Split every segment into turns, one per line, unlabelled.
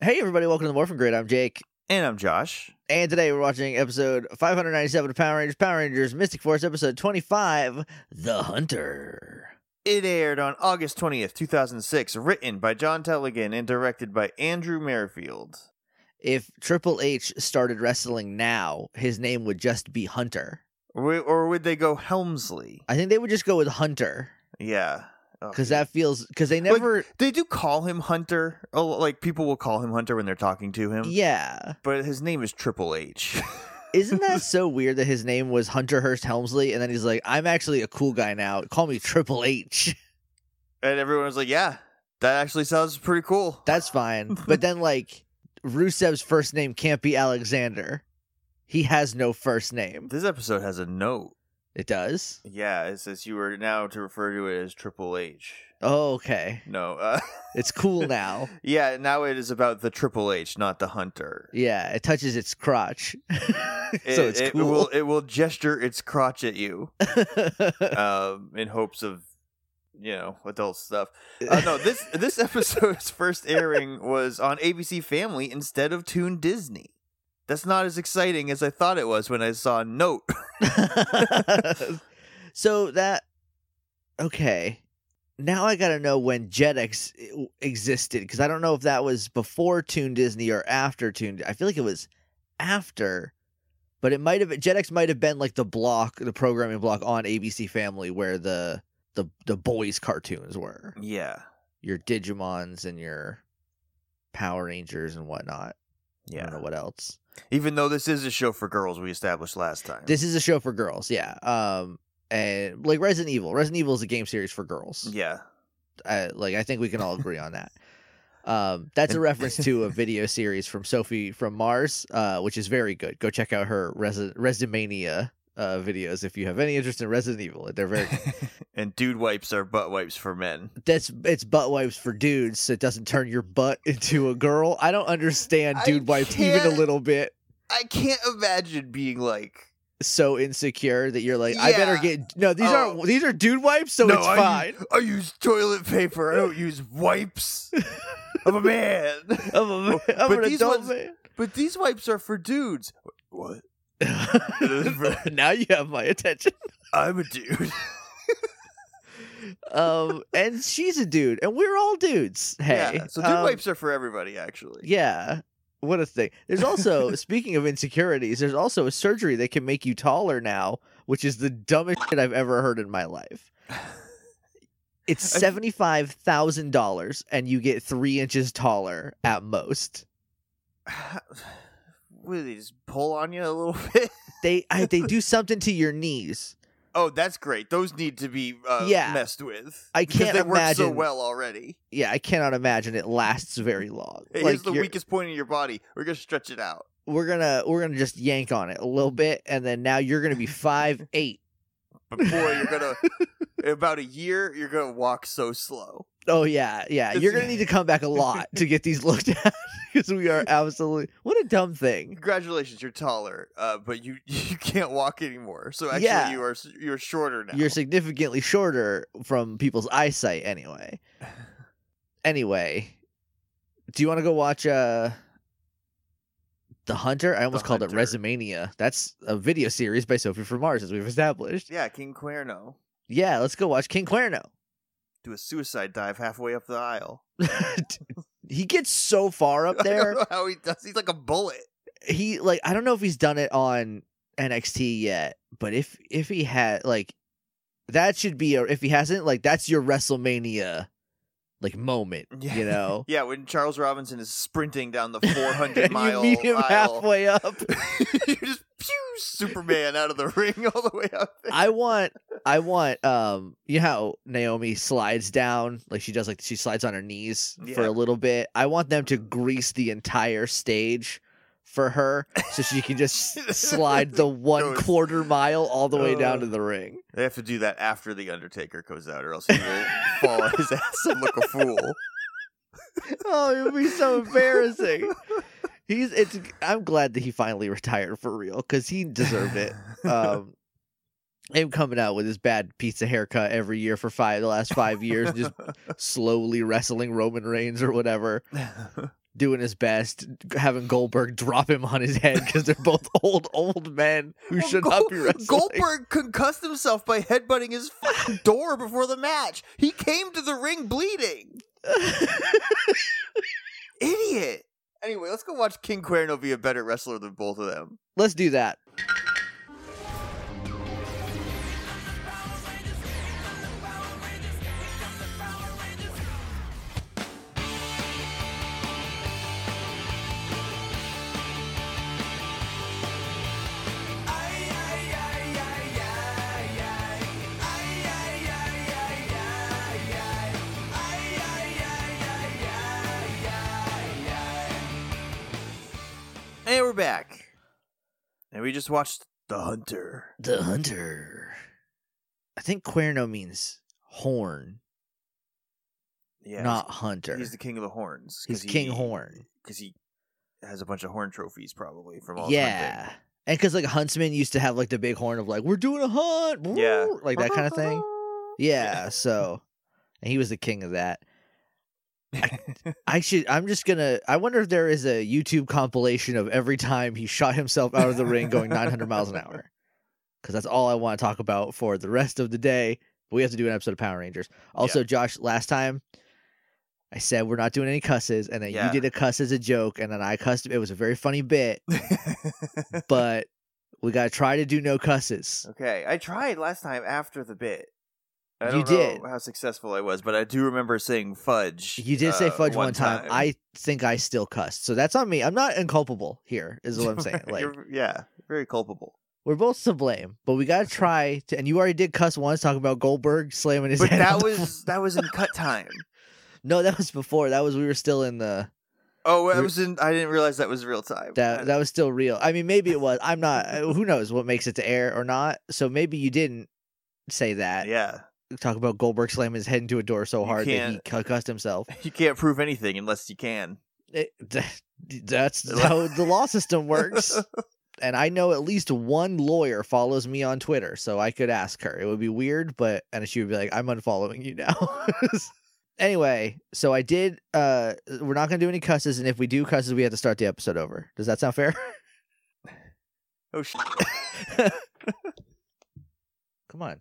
Hey, everybody, welcome to the Morphin Grid. I'm Jake.
And I'm Josh.
And today we're watching episode 597 of Power Rangers, Power Rangers Mystic Force, episode 25, The Hunter.
It aired on August 20th, 2006, written by John Telligan and directed by Andrew Merrifield.
If Triple H started wrestling now, his name would just be Hunter.
Or or would they go Helmsley?
I think they would just go with Hunter
Yeah. Oh,
because
dude.
that feels because they never.
They do call him Hunter. Oh, like people will call him Hunter when they're talking to him.
Yeah,
But his name is Triple H.
isn't that so weird that his name was Hunter Hurst Helmsley, and then he's like, "I'm actually a cool guy now. Call me Triple H.
and everyone was like, yeah, that actually sounds pretty cool.
That's fine." but then like, Rusev's first name can't be Alexander. He has no first name.
This episode has a note.
It does.
Yeah, it says you are now to refer to it as Triple H.
Oh, okay.
No. Uh,
It's cool now.
yeah, now it is about the Triple H, not the Hunter.
yeah, it touches its crotch,
It,
so it's
it
cool.
will it will gesture its crotch at you um, in hopes of you know adult stuff. Uh, no, this this episode's first airing was on ABC Family instead of Toon Disney. That's not as exciting as I thought it was when I saw Note.
so that okay. Now I gotta know when JetX existed because I don't know if that was before Toon Disney or after Toon. I feel like it was after, but it might have JetX might have been like the block, the programming block on ABC Family where the the the boys cartoons were
Yeah,
your Digimon's and your Power Rangers and whatnot. I don't
yeah.
know what else.
Even though this is a show for girls, we established last time.
This is a show for girls, yeah. Um, and like Resident Evil, Resident Evil is a game series for girls.
yeah,
I, like I think we can all agree on that. Um, that's a reference to a video series from Sophie from Mars, uh, which is very good. Go check out her Resi- Resimania uh, videos if you have any interest in Resident Evil. They're very good.
and dude wipes are butt wipes for men.
that's it's butt wipes for dudes, so it doesn't turn your butt into a girl. I don't understand
I
dude wipes even a
can't-
little bit.
I can't imagine being like
So insecure that you're like, I better
Yeah.
get no. These
Oh.
aren't these are dude wipes, so
No,
it's
I
fine.
Use, I use toilet paper. I don't use wipes. I'm a man.
I'm, a,
Oh,
I'm
but
an
these
adult
ones- But these wipes are for dudes. What?
man. now you have my attention.
I'm a dude.
Um, and she's a dude, and we're all dudes. Hey,
Yeah. So dude
Um,
wipes are for everybody, actually.
Yeah, what a thing. There's also speaking of insecurities, there's also a surgery that can make you taller now, which is the dumbest shit I've ever heard in my life. It's
I-
seventy five thousand dollars, and you get three inches taller at most.
What do they just pull on you a little bit?
They I, they do something to your knees.
Oh, that's great. Those need to be uh,
Yeah.
messed with.
I
because
can't
they work so
imagine-
well already.
Yeah, I cannot imagine it lasts very long.
It is the
you're-
weakest point in your body. We're gonna stretch it out.
we're gonna we're gonna just yank on it a little bit, and then now you're gonna be five eight.
But boy, you're gonna in about a year, you're gonna walk so slow.
Oh yeah, yeah.
It's-
You're gonna need to come back a lot to get these looked at because we are absolutely what a dumb thing.
Congratulations, you're taller, uh, but you you can't walk anymore. So actually,
Yeah.
you are you're shorter now.
You're significantly shorter from people's eyesight anyway. Anyway, do you want to go watch uh The Hunter? I almost called
Hunter.
it Resumania. That's a video series by Sophie from Mars, as we've established.
yeah, King Cuerno
Yeah, let's go watch King Cuerno.
do a suicide dive halfway up the aisle.
he gets so far up
I
there.
don't know how he does. He's like a bullet.
he like I don't know if he's done it on NXT yet, but if if he had like that should be a, if he hasn't like that's your WrestleMania like moment,
Yeah.
you know.
Yeah, when Charles Robinson is sprinting down the 400
And
mile
you meet him
aisle,
halfway up.
you just pew Superman out of the ring all the way up. There.
I want I want um you know how Naomi slides down like she does like she slides on her knees for
Yeah.
a little bit. I want them to grease the entire stage for her so she can just slide the one
Goes.
quarter mile all the way down
Uh.
to the ring.
They have to do that after the Undertaker goes out, or else he will fall on his ass and look a fool.
Oh, it would be so embarrassing. He's it's I'm glad that he finally retired for real because he deserved it. Um him coming out with his bad pizza haircut every year for five the last five years, just slowly wrestling Roman Reigns or whatever. doing his best, having Goldberg drop him on his head because they're both old, old men who
Well,
should
Gol-
not be wrestling.
Oh, Goldberg concussed himself by headbutting his fucking door before the match. He came to the ring bleeding. Idiot. Anyway, let's go watch King Cuerno be a better wrestler than both of them.
Let's do that.
And we're back. And we just watched The Hunter.
The Hunter. I think Cuerno means horn,
Yeah.
not hunter.
he's, he's the king of the horns.
He's King Horn.
Because he has a bunch of horn trophies probably from all his hunting.
Yeah. And because like huntsmen used to have like the big horn of like we're doing a hunt,
Yeah.
woo," like that kind of thing. Yeah, so and he was the king of that. I should. I'm just gonna. I wonder if there is a YouTube compilation of every time he shot himself out of the ring going 900 miles an hour, because that's all I want to talk about for the rest of the day. But we have to do an episode of Power Rangers. Also, Josh, last time I said we're not doing any cusses, and then
Yeah.
you did a cuss as a joke, and then I cussed. It was a very funny bit, but we gotta try to do no cusses.
Okay, I tried last time after the bit. I
You
don't
did.
know how successful I was, but I do remember saying fudge.
You did say
uh,
fudge one, time. I think I still cussed, so that's on me. I'm not inculpable here, is what I'm saying. Like
You're- yeah, very culpable.
we're both to blame, but we gotta try to. And you already did cuss once, talking about Goldberg slamming his.
But
head on
that
the fl-
was that was in cut time.
no, that was before. That was we were still in the
Oh, I
Re-
was in. I didn't realize that was real time.
that that was still real. I mean, maybe it was. I'm not. uh, Who knows what makes it to air or not? So maybe you didn't say that.
yeah,
Talk about Goldberg slamming his head into a door so
You
hard that he
can't-
cu- cussed himself.
you can't prove anything unless you can.
It- that- Eh, that's how the law system works. and I know at least one lawyer follows me on Twitter, so I could ask her. It would be weird, but and she would be like, "I'm unfollowing you now." anyway, so I did. uh We're not gonna do any cusses, and if we do cusses, we have to start the episode over. Does that sound fair?
Oh shit!
Come on,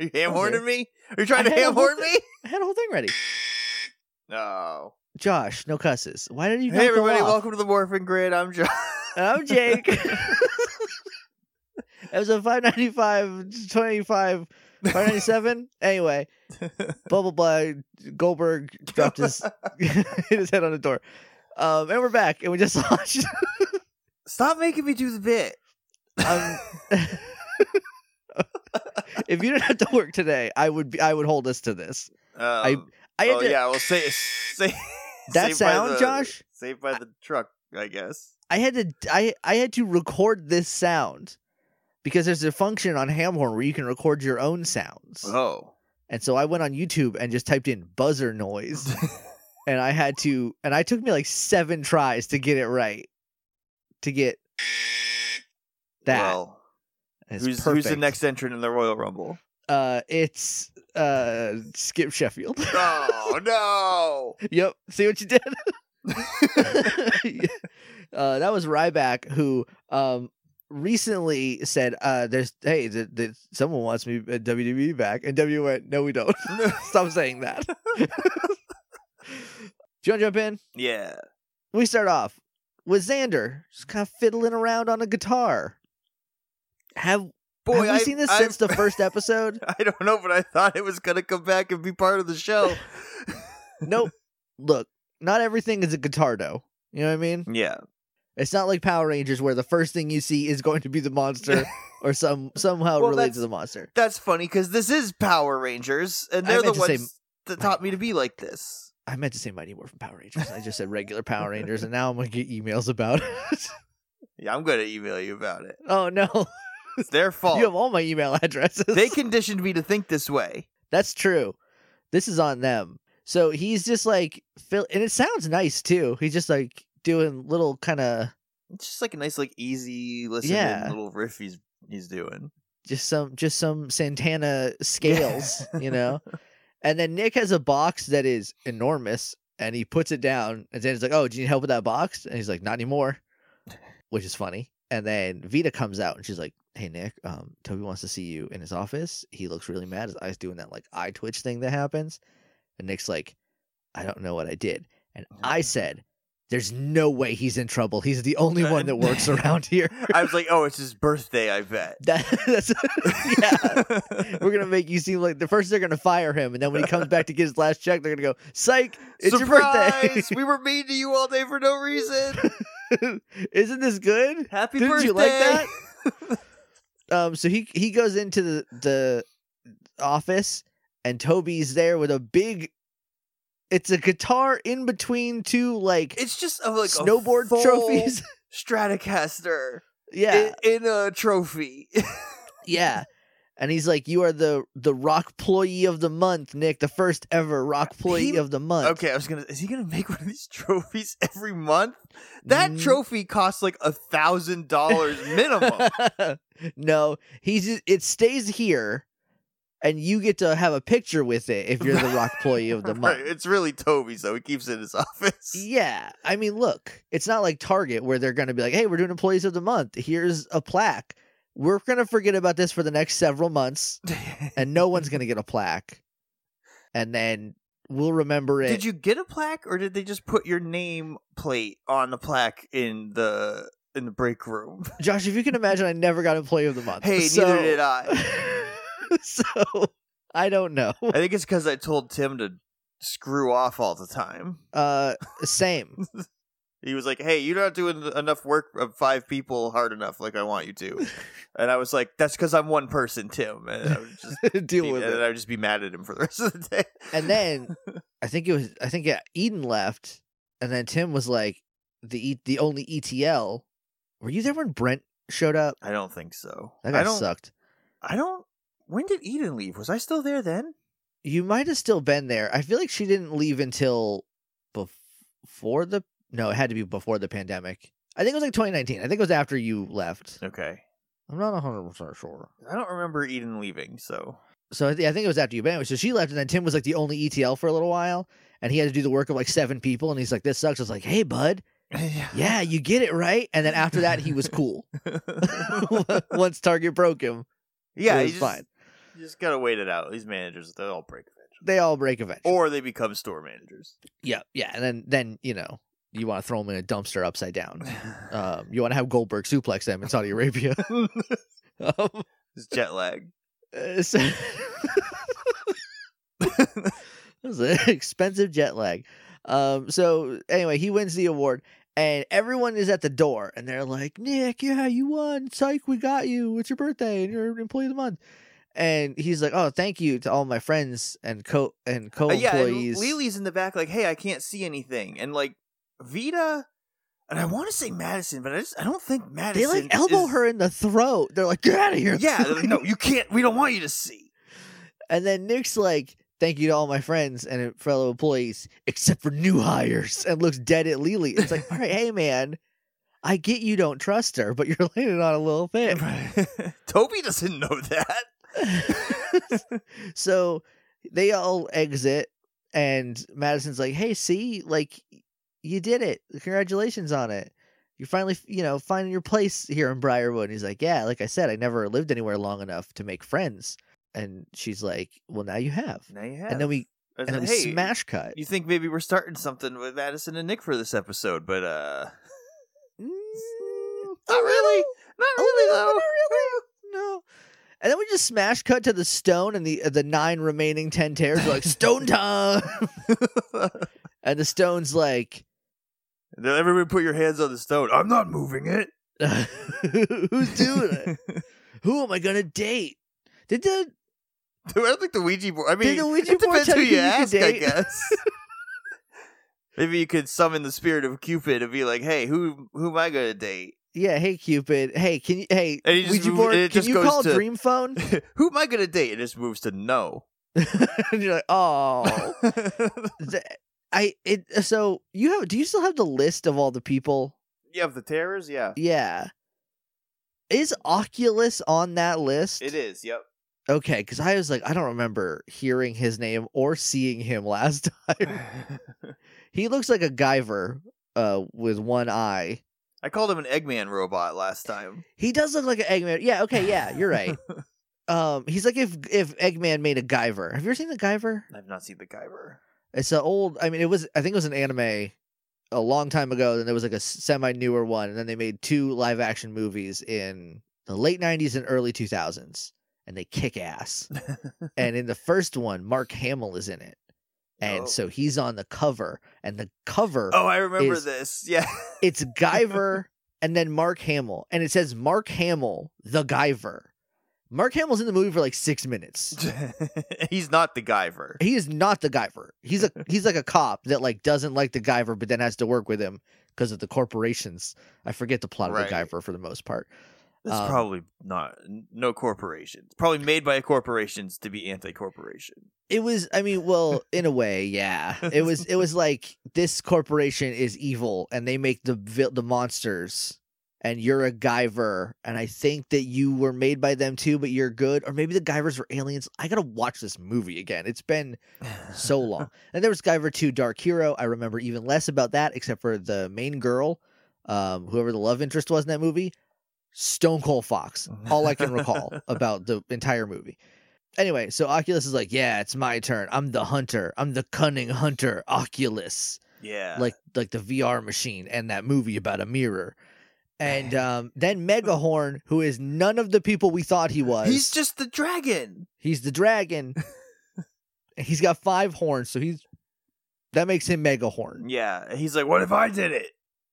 Are you ham horning me? Are you trying
I
to
had a
ham horn
whole
me?
I had a whole thing ready.
No.
Josh, no cusses. Why did you? not
Hey
go
everybody,
off?
welcome to the Morphin Grid. I'm John.
And I'm Jake. Episode 595, 25, 597. anyway, blah, blah, blah. Goldberg dropped his, hit his head on the door. Um, and we're back, and we just watched.
Stop making me do the bit.
Um, if you didn't have to work today, I would be, I would hold us to this.
Um,
I had
oh
to-
yeah, well say say
That
saved by
sound,
the-
Josh?
Saved by the truck, I guess.
I had to I I had to record this sound because there's a function on Hamhorn where you can record your own sounds.
Oh,
And so I went on YouTube and just typed in buzzer noise. and I had to, and I took me like seven tries to get it right. To get that.
Well,
And it's
who's who's the
perfect.
next entrant in the Royal Rumble?
Uh, it's uh, Skip Sheffield.
oh no!
yep. See what you did? uh, that was Ryback who um recently said uh there's hey th- th- someone wants me uh, at WWE E back and WWE went no we don't stop saying that do you want to jump in
yeah,
we start off with Xander just kind of fiddling around on a guitar have,
boy,
have we
I,
seen this
I,
since the first episode
I don't know, but I thought it was gonna come back and be part of the show.
nope look not everything is a guitardo you know what I mean
yeah,
It's not like Power Rangers where the first thing you see is going to be the monster or some somehow
Well,
related to
that's-
the monster.
that's funny because this is Power Rangers, and
I
they're the
meant to say-
ones that taught me to be like this.
I meant to say Mighty Morphin Power Rangers. I just said regular Power Rangers, and now I'm gonna get emails about it.
Yeah, I'm gonna email you about it.
oh no,
It's their fault.
you have all my email addresses.
Oh. they conditioned me to think this way.
That's true. This is on them. So he's just like, fill- and it sounds nice too. He's just like doing little kind of
It's just like a nice, like easy listening
Yeah.
little riff he's he's doing.
just some just some Santana scales, you know. And then Nick has a box that is enormous and he puts it down. And Xander's like, "Oh, do you need help with that box?" And he's like, "Not anymore," which is funny. And then Vita comes out and she's like, "Hey Nick, um, Toby wants to see you in his office. He looks really mad. His eyes doing that like eye twitch thing that happens." And Nick's like, "I don't know what I did." And I said, "There's no way he's in trouble. He's the only one that works around here."
I was like, oh, it's his birthday, I bet.
That, that's yeah. We're gonna make you seem like the first they're gonna fire him, and then when he comes back to get his last check, they're gonna go, "Psych! It's your
Surprise! we were mean to you all day for no reason.
birthday. Isn't this good?"
Happy
Didn't
birthday.
you like that? Um, so he he goes into the the office, and Toby's there with a big. It's a guitar in between two like,
It's just a, like
snowboard
a full
trophies.
Stratocaster
yeah,
in, in a trophy.
yeah. And he's like, "You are the the rock ployee of the month, Nick. The first ever rock ployee
He-
of the month."
okay, I was gonna. Is he gonna make one of these trophies every month? That
Mm-hmm.
trophy costs like a thousand dollars minimum.
no, he's just, it stays here, and you get to have a picture with it if you're the rock employee of the month.
Right, It's really Toby, so he keeps it in his office.
Yeah, I mean, look, it's not like Target where they're going to be like, "Hey, we're doing employees of the month. Here's a plaque. We're going to forget about this for the next several months, and no one's going to get a plaque, and then we'll remember it."
Did you get a plaque, or did they just put your name plate on the plaque in the in the break room?
Josh? If you can imagine, I never got employee of the month.
Hey,
so...
neither did I.
so I don't know.
I think it's because I told Tim to screw off all the time.
Uh, same.
He was like, "Hey, you're not doing enough work of five people hard enough, like I want you to." and I was like, "That's because I'm one person, Tim." And I would just
Deal
be,
with it.
and I would just be mad at him for the rest of the day.
and then I think it was I think yeah, Eden left, and then Tim was like the e- the only ETL. Were you there when Brent showed up?
I don't think so.
That
I
guy
don't.
sucked.
I don't. When did Eden leave? Was I still there then?
You might have still been there. I feel like she didn't leave until bef- before the no, it had to be before the pandemic. I think it was like 2019. I think it was after you left.
Okay.
I'm not 100 percent sure.
I don't remember Eden leaving. So
So I, thi- I think it was after you. But anyway, so she left, and then Tim was like the only ETL for a little while, and he had to do the work of like seven people, and he's like, "This sucks." I was like, "Hey, bud, yeah, you get it right." And then after that, he was cool. once Target broke him,
yeah,
it
you
was
just,
fine.
you just gotta wait it out. These managers, they all break eventually,
They all break eventually.
or they become store managers.
yeah, yeah, and then then you know you want to throw him in a dumpster upside down. Um, you want to have Goldberg suplex them in Saudi Arabia. um,
it's jet lag.
uh, so- It was an expensive jet lag. Um, so anyway, he wins the award, and everyone is at the door, and they're like, "Nick, yeah, you won! Psych, we got you! It's your birthday, and you're employee of the month." And he's like, "Oh, thank you to all my friends and co and co
Uh, yeah, and
Oh, employees."
Lily's in the back, like, hey, I can't see anything, and like Vita, and I want to say Madison, but I just I don't think
they
Madison.
like elbow
is-
her in the throat. They're like, "Get out of here!"
Yeah, they're like, no, you can't. We don't want you to see.
And then Nick's like, "Thank you to all my friends and uh, fellow employees, except for new hires," and looks dead at Lily. It's like, "All right, hey man, I get you don't trust her, but you're laying it on a little thick."
Toby doesn't know that.
so they all exit, and Madison's like, "Hey, see, like you did it. Congratulations on it. You're finally, you know, finding your place here in Briarwood." And he's like, "Yeah, like I said, I never lived anywhere long enough to make friends." And she's like, "Well, now you have."
Now you have.
And then we
I was
and then
like,
we
hey,
smash cut.
You think maybe we're starting something with Madison and Nick for this episode, but uh,
Mm,
not really, not really
no,
though.
not really. No. And then we just smash cut to the stone and the the nine remaining ten tears like stone time. And the stone's like,
Now, Everybody put your hands on the stone. I'm not moving it.
who's doing it? Who am I gonna date? Did the
Dude, I don't think the Ouija board. I mean,
the Ouija
it
board
depends
tell
who
you
you
who you
ask,
could
I
date?
guess. Maybe you could summon the spirit of Cupid and be like, "Hey, who who am I gonna date?
yeah, hey Cupid, hey, can you hey
And he just
Ouija
move-
board,
and it
can
just
you
goes
call
to-
Dream Phone?
who am I gonna date?" And it just moves to no.
and you're like, oh, The- I it uh, so you have do you still have the list of all the people?
you have the terrors, yeah.
Yeah, is Oculus on that list?
It is. Yep.
Okay, because I was like, I don't remember hearing his name or seeing him last time. He looks like a Guyver uh, with one eye.
I called him an Eggman robot last time.
He does look like an Eggman. Yeah, okay, yeah, you're right. um, he's like if if Eggman made a Guyver. Have you ever seen the Guyver?
I've not seen the Guyver.
It's an old. I mean, it was. I think it was an anime a long time ago. Then there was like a semi newer one, and then they made two live action movies in the late '90s and early 2000s, and they kick ass. and in the first one, Mark Hamill is in it, and
Oh.
so he's on the cover. And the cover,
Oh, I remember
Is-
this. Yeah.
it's Guyver and then Mark Hamill, and it says Mark Hamill, the Guyver. Mark Hamill's in the movie for like six minutes.
He's not the Guyver.
He is not the Guyver. He's a he's like a cop that like doesn't like the Guyver, but then has to work with him because of the corporations. I forget the plot of
Right.
the Guyver for the most part.
That's
Um,
probably not no corporation. It's probably made by corporations to be anti-corporation.
It was, I mean, well, in a way, yeah. It was, it was like this corporation is evil, and they make the vil- the monsters, and you're a Guyver, and I think that you were made by them too, but you're good, or maybe the Guyvers were aliens. I gotta watch this movie again. It's been so long. And there was Guyver 2 Dark Hero. I remember even less about that, except for the main girl, um, whoever the love interest was in that movie, Stone Cold Fox. All I can recall about the entire movie. Anyway, so Oculus is like, yeah, it's my turn. I'm the hunter. I'm the cunning hunter, Oculus.
yeah.
Like like the VR machine and that movie about a mirror. And um, then Megahorn, who is none of the people we thought he was.
He's just the dragon.
He's the dragon. And he's got five horns, so he's that makes him mega horn.
Yeah. He's like, what if I did it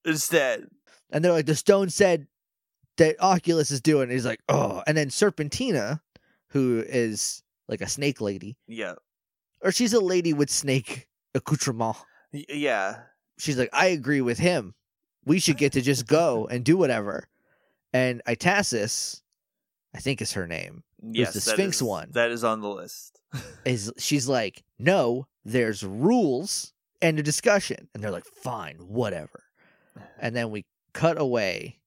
instead?
And they're like, the stone said that Oculus is doing. it." He's like, oh. And then Serpentina, who is like a snake lady,
Yeah.
or she's a lady with snake accoutrement.
Y- Yeah.
She's like, I agree with him. We should get to just go and do whatever. And Itasis, I think is her name,
Yes.
the
that
Sphinx
is-
one.
That is on the list.
is she's like, no, there's rules and a discussion. And they're like, fine, whatever.
Uh-huh.
And then we cut away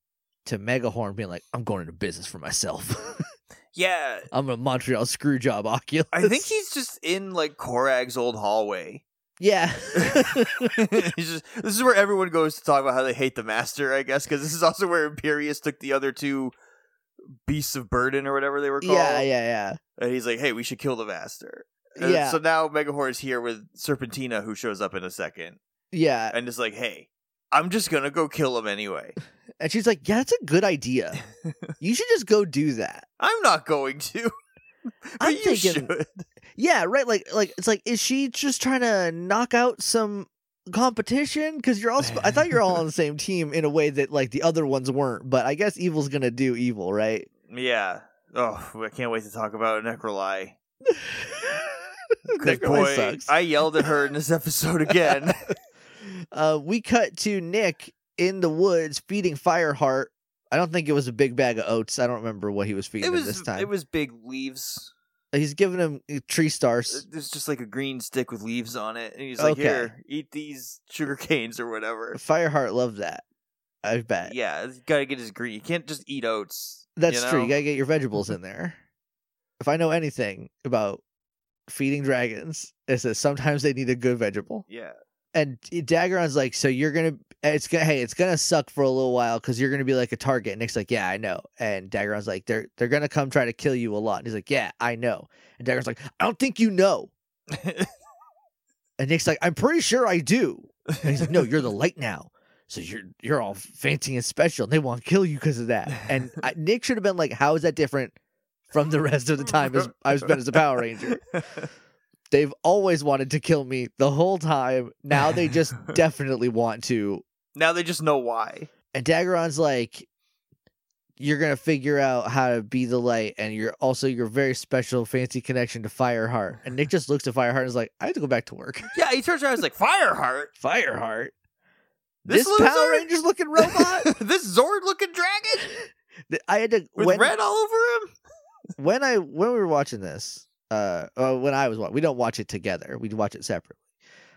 to Megahorn being like, I'm going into business for myself.
Yeah.
I'm a Montreal screw job Oculus.
I think he's just in like Korag's old hallway.
Yeah.
He's just- this is where everyone goes to talk about how they hate the master, I guess, because this is also where Imperius took the other two beasts of burden or whatever they were called.
yeah, yeah, yeah.
And he's like, "Hey, we should kill the master." And
Yeah.
Uh, So now Megahor is here with Serpentina, who shows up in a second,
Yeah.
and is like, "Hey, I'm just gonna go kill him anyway.
And she's like, Yeah, that's a good idea. You should just go do that.
I'm not going to." but
I'm
you
thinking-
should.
Yeah, right. Like like it's like, is she just trying to knock out some competition? Because you're all sp- I thought you're all on the same team in a way that like the other ones weren't, but I guess evil's gonna do evil, right?
Yeah. Oh, I can't wait to talk about Necroli. 'Cause,
Necroli
boy,
sucks.
I yelled at her in this episode again.
Uh, we cut to Nick in the woods feeding Fireheart. I don't think it was a big bag of oats. I don't remember what he was feeding
it
him
was
this time.
it was big leaves.
He's giving him uh, tree stars.
There's just like a green stick with leaves on it, and he's like,
Okay.
"Here, eat these sugar canes or whatever."
Fireheart loved that. I bet.
Yeah, you gotta get his green. You can't just eat oats.
That's
you
true. You
know?
gotta get your vegetables in there. If I know anything about feeding dragons, it's that sometimes they need a good vegetable.
Yeah.
And Daggeron's like, so you're gonna, it's gonna, hey, it's gonna suck for a little while because you're gonna be like a target. And Nick's like, yeah, I know. And Daggeron's like, they're they're gonna come try to kill you a lot. And he's like, yeah, I know. And Daggeron's like, I don't think you know. And Nick's like, I'm pretty sure I do. And he's like, No, you're the light now. So you're you're all fancy and special. And they want to kill you because of that. And I, Nick should have been like, How is that different from the rest of the time as I've spent as a Power Ranger? They've always wanted to kill me the whole time. Now they just definitely want to.
now they just know why.
And Daggeron's like, You're gonna figure out how to be the light, and you're also your very special fancy connection to Fireheart. And Nick just looks at Fireheart and is like, I have to go back to work.
Yeah, he turns around and is like, Fireheart?
Fireheart.
This
This, Power
loser?
Rangers looking robot.
this Zord looking dragon?
Th- I had to
With
when
red all over him?
when I when we were watching this, uh, or when I was watching, we don't watch it together. We watch it separately.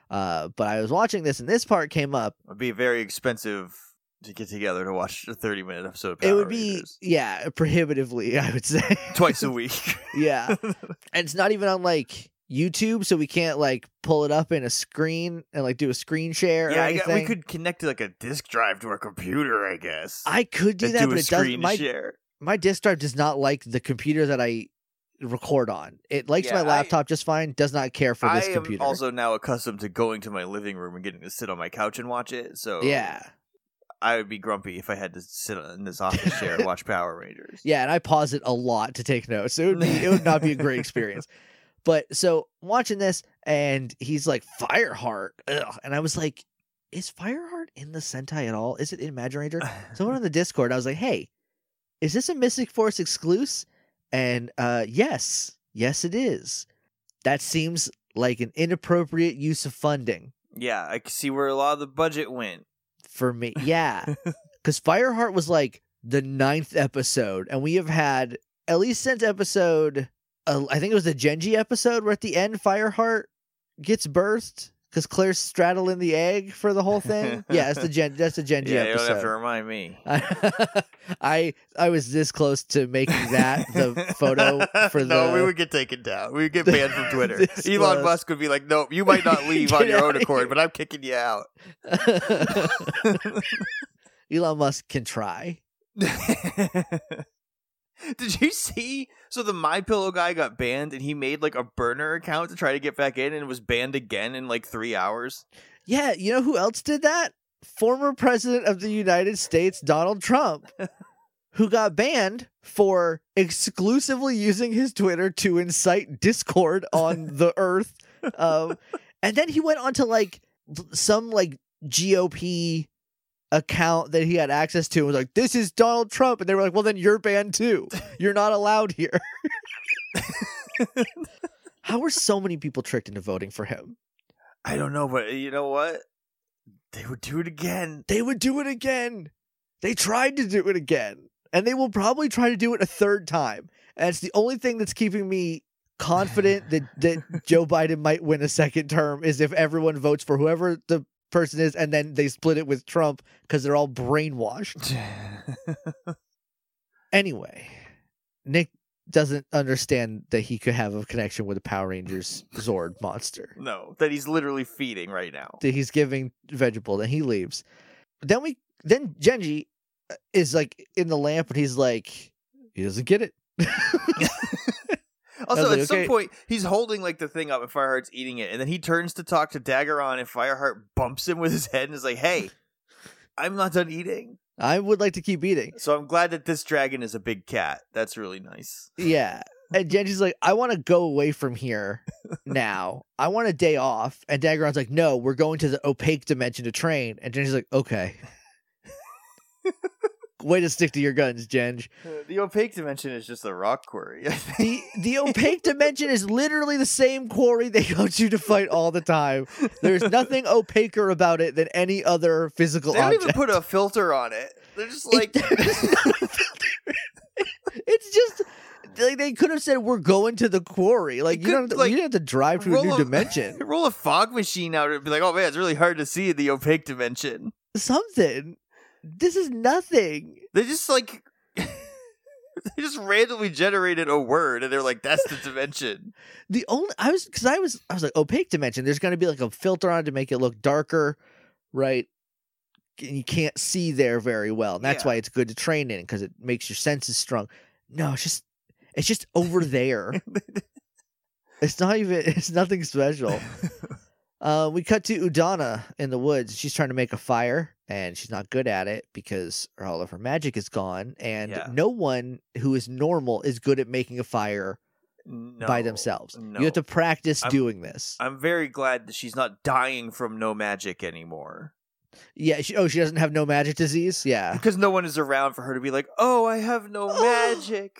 Uh, but I was watching this, and this part came up.
It'd be very expensive to get together to watch a 30 minute episode of Power
it would be
Rangers.
yeah, prohibitively, I would say
twice a week.
yeah, and it's not even on like YouTube, so we can't like pull it up in a screen and like do a screen share. or
yeah, I got, we
anything?
could connect to like a disk drive to our computer, I guess.
I could do
and
that,
do
but
a
it
screen
doesn't. My
share.
my disk drive does not like the computer that I record on. It likes
Yeah,
my
I-
laptop just fine. Does not care for this
I am
computer.
also now accustomed to going to my living room and getting to sit on my couch and watch it. So
yeah,
I would be grumpy if I had to sit in this office chair and watch Power Rangers.
yeah, and I pause it a lot to take notes. It would be it would not be a great experience. But so watching this, and he's like Fireheart, Ugh. and I was like, is Fireheart in the Sentai at all? Is it in Magiranger? someone on the Discord, I was like, "Hey, is this a Mystic Force exclusive?" And uh, yes, yes, it is. That seems like an inappropriate use of funding
yeah, I can see where a lot of the budget went.
for me. Yeah, because Fireheart was like the ninth episode, and we have had at least since episode, uh, I think it was the Genji episode, where at the end Fireheart gets birthed because Claire's straddling the egg for the whole thing. yeah, that's the Gen. That's the Genji
yeah, you
episode.
don't have to remind me.
uh, I, I I was this close to making that the photo for the
no, we would get taken down. We would get banned from Twitter. Elon
This was-
Musk would be like, "Nope, you might not leave on
Get
your own
outta
accord,
here.
but I'm kicking you out."
Elon Musk can try.
Did you see? So the My Pillow guy got banned, and he made like a burner account to try to get back in, and was banned again in like three hours.
Yeah, you know who else did that? Former president of the United States Donald Trump, who got banned for exclusively using his Twitter to incite discord on the earth. Um, and then he went on to like some like GOP account that he had access to and was like, This is Donald Trump. And they were like, Well, then you're banned too. You're not allowed here. How were so many people tricked into voting for him?
I don't know, but you know what? They would do it again.
They would do it again. They tried to do it again. And they will probably try to do it a third time. And it's the only thing that's keeping me confident that, that Joe Biden might win a second term is if everyone votes for whoever the person is and then they split it with Trump because they're all brainwashed. Anyway, Nick doesn't understand that he could have a connection with a Power Rangers Zord monster.
no, that he's literally feeding right now.
That he's giving vegetable, then he leaves. Then we then Genji uh, is like in the lamp and he's like he doesn't get it. I
Also,
was like,
at some
okay.
point, he's holding like the thing up, and Fireheart's eating it, and then he turns to talk to Daggeron, and Fireheart bumps him with his head and is like, "Hey, I'm not done eating."
I would like to keep eating.
So I'm glad that this dragon is a big cat. That's really nice.
Yeah. And Genji's like, I want to go away from here now. I want a day off. And Daggeron's like, no, we're going to the opaque dimension to train. And Genji's like, okay. Way to stick to your guns, Genj.
The opaque dimension is just a rock quarry. I think.
The the opaque dimension is literally the same quarry they go to to fight all the time. There's nothing opaquer about it than any other physical
They don't even
object.
put a filter on it. They're just like,
there's it's just like they could have said we're going to the quarry. Like you
could,
don't have to,
like,
you didn't have to drive to a
roll
new
a-
dimension.
roll a fog machine out and be like, "Oh man, it's really hard to see in the opaque dimension."
something. This is nothing.
They just like they just randomly generated a word, and they're like, "That's the dimension."
The only I was because I was I was like opaque dimension. There's going to be like a filter on it to make it look darker, right? And you can't see there very well. And that's
Yeah.
why it's good to train in because it makes your senses strong. No, it's just it's just over there. it's not even it's nothing special. Uh, we cut to Udana in the woods. She's trying to make a fire, and she's not good at it because all of her magic is gone. And
Yeah.
no one who is normal is good at making a fire
no,
by themselves.
No.
You have to practice
I'm-
doing this.
I'm very glad that she's not dying from no magic anymore.
yeah. She, oh, she doesn't have no magic disease. Yeah,
Because no one is around for her to be like, oh, I have no
Oh.
magic.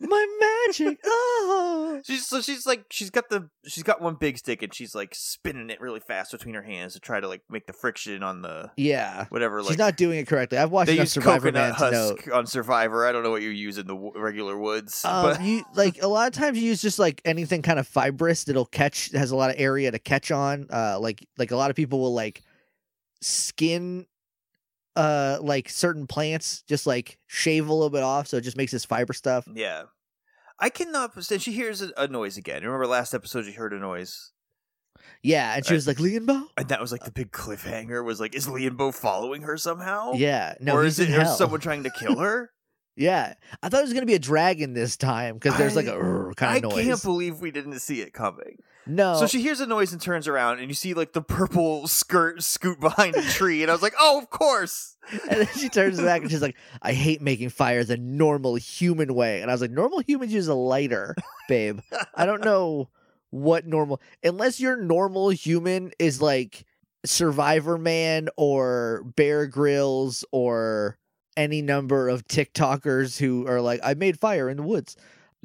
my magic. Oh,
She's so she's like she's got the she's got one big stick and she's like spinning it really fast between her hands to try to like make the friction on the
yeah.
whatever like
she's not doing it correctly. I've watched
they
enough
use
Survivor
coconut
Man to know.
husk on Survivor. I don't know what you use in the w- regular woods,
Um,
but
you like a lot of times you use just like anything kind of fibrous that'll catch that has a lot of area to catch on. Uh, like like a lot of people will like skin, uh, like certain plants just like shave a little bit off, so it just makes this fiber stuff.
yeah. I cannot. And she hears a, a noise again. Remember last episode, she heard a noise,
Yeah, and she
Right.
was like, Lianbo?
and that was like the big cliffhanger. Was like, is Lianbo following her somehow?
Yeah, no,
oh, or
he's
is it
in
or is
hell.
someone trying to kill her?
Yeah, I thought it was gonna be a dragon this time because there's like a
I- I
kind of noise.
can't believe we didn't see it coming.
no,
So she hears a noise and turns around, and you see like the purple skirt scoot behind a tree, and I was like, "Oh, of course."
and then she turns back and she's like, "I hate making fire the normal human way." And I was like, "Normal humans use a lighter, babe. I don't know what normal, unless your normal human is like Survivor Man or Bear Grylls or any number of TikTokers who are like, "I made fire in the woods."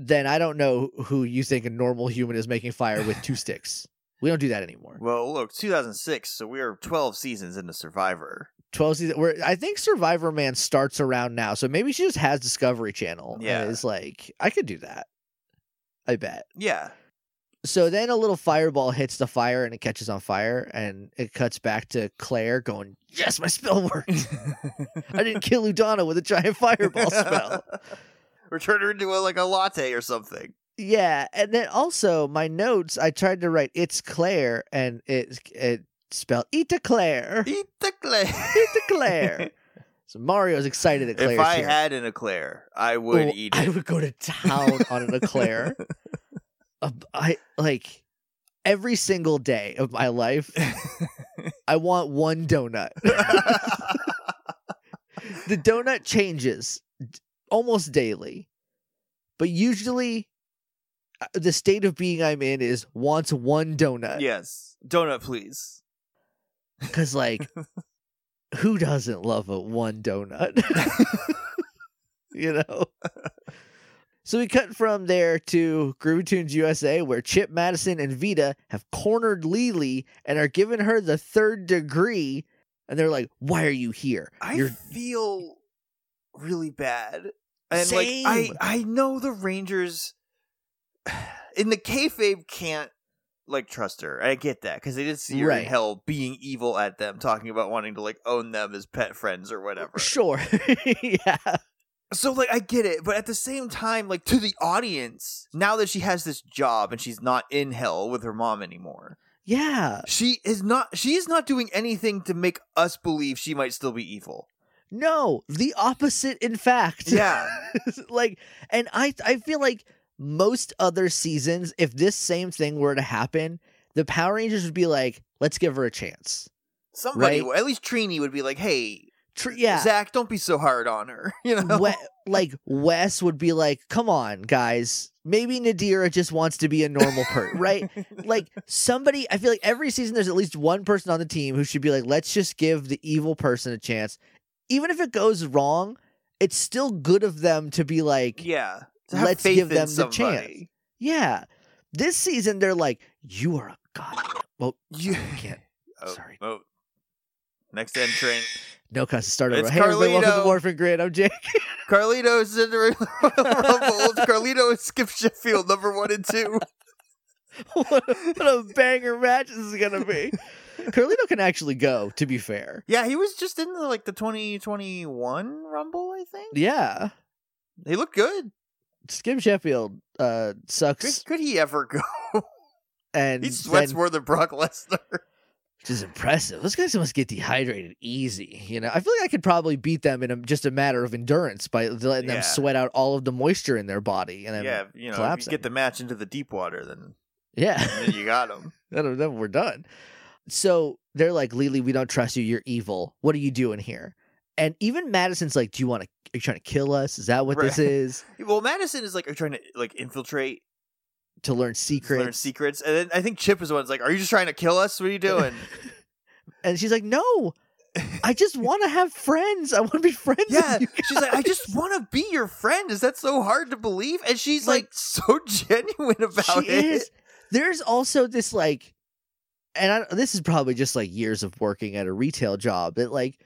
Then I don't know who you think a normal human is making fire with two sticks. We don't do that anymore.
Well, look, 2006, so we are 12 seasons into Survivor.
12 season where I think Survivor Man starts around now. So maybe she just has Discovery Channel.
Yeah.
And is like, I could do that. I bet.
Yeah,
So then a little fireball hits the fire and it catches on fire and it cuts back to Claire going, Yes, my spell worked. I didn't kill Udana with a giant fireball spell.
or turn her into a, like a latte or something.
Yeah. And then also my notes, I tried to write it's Claire and it it spelled Ita Claire.
Eat the Claire.
Ita Claire. So Mario's excited that Claire's
if I
here.
had an eclair, Oh, I would
Ooh,
eat
I
it.
would go to town on an eclair. Uh, I like every single day of my life. I want one donut. The donut changes d- almost daily, but usually uh, the state of being I'm in is wants one donut
yes, donut, please.
because like who doesn't love a one donut? you know. So we cut from there to Groovy Tunes USA, where Chip Madison and Vita have cornered Lily and are giving her the third degree. And they're like, "Why are you here?
I
You're
feel really bad. And like
Same.
I I know the Rangers in the kayfabe can't like trust her. I get that because they did see her
Right.
in hell being evil at them, talking about wanting to like own them as pet friends or whatever.
sure, yeah,
So like I get it, but at the same time, like to the audience, now that she has this job and she's not in hell with her mom anymore,
yeah,
she is not she is not doing anything to make us believe she might still be evil.
no, the opposite, in fact,
Yeah.
like, and I, I feel like most other seasons, if this same thing were to happen, the Power Rangers would be like, "Let's give her a chance."
Somebody,
Right?
at least Trini would be like, "Hey,
Tr- yeah,
Zach, don't be so hard on her. You know,
we- like Wes would be like, "Come on, guys, maybe Nadira just wants to be a normal person, right?" Like somebody, I feel like every season there's at least one person on the team who should be like, "Let's just give the evil person a chance, even if it goes wrong." It's still good of them to be like, "Yeah."
yeah. To have
Let's
faith
give
in
them the chance.
somebody.
This season they're like, "You are a god." Well,
You
can't.
Oh,
Sorry.
oh. Next entrant,
no, cause to start over.
It's
hey, everybody, welcome to
Carlito.
Morphin Grid. I'm Jake.
Carlito is in the Royal Rumble. Carlito and Skip Sheffield, number one and two.
what, a, what a banger match this is gonna be. Carlito can actually go. To be fair,
Yeah, he was just in the, like the 2021 Rumble, I think.
yeah.
He looked good.
Skim Sheffield uh,
Could,
sucks,
could he ever go?
and
he sweats
then-
more than Brock Lesnar.
which is impressive. Those guys must get dehydrated easy. You know, I feel like I could probably beat them in a, just a matter of endurance by letting
Yeah.
them sweat out all of the moisture in their body. And then,
yeah, you know, if you
collapsing.
get the match into the deep water, then,
yeah,
then you got him.
then, uh, then we're done. So they're like, Lily, we don't trust you. You're evil. What are you doing here? And even Madison's like, Do you want to? Are you trying to kill us? Is that what this
Right.
is?
Well, Madison is like trying to like infiltrate
To learn
secrets.
secrets.
learn secrets. And then I think Chip is the one's like, "Are you just trying to kill us? What are you doing?"
And she's like, No, I just want to have friends. I want to be friends.
yeah,
With you
she's like, "I just
guys."
want to be your friend." Is that so hard to believe? And she's like,
Like-
so genuine about
she
it.
is. There's also this like, and I, this is probably just like years of working at a retail job that like,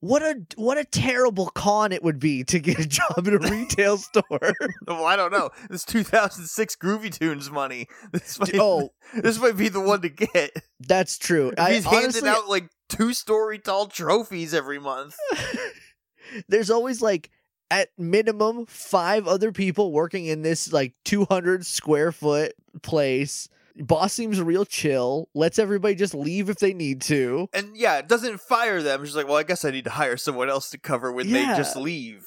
what a what a terrible con it would be to get a job in a retail store.
Well, I don't know. This 2006 Groovy Tunes money. This might,
oh,
this might be the one to get.
that's true. I
He's handing
honestly,
out like two story tall trophies every month.
there's always like at minimum five other people working in this like 200 square foot place. Boss seems real chill. Lets everybody just leave if they need to.
And yeah, it doesn't fire them. She's like, well, I guess I need to hire someone else to cover when
Yeah.
they just leave.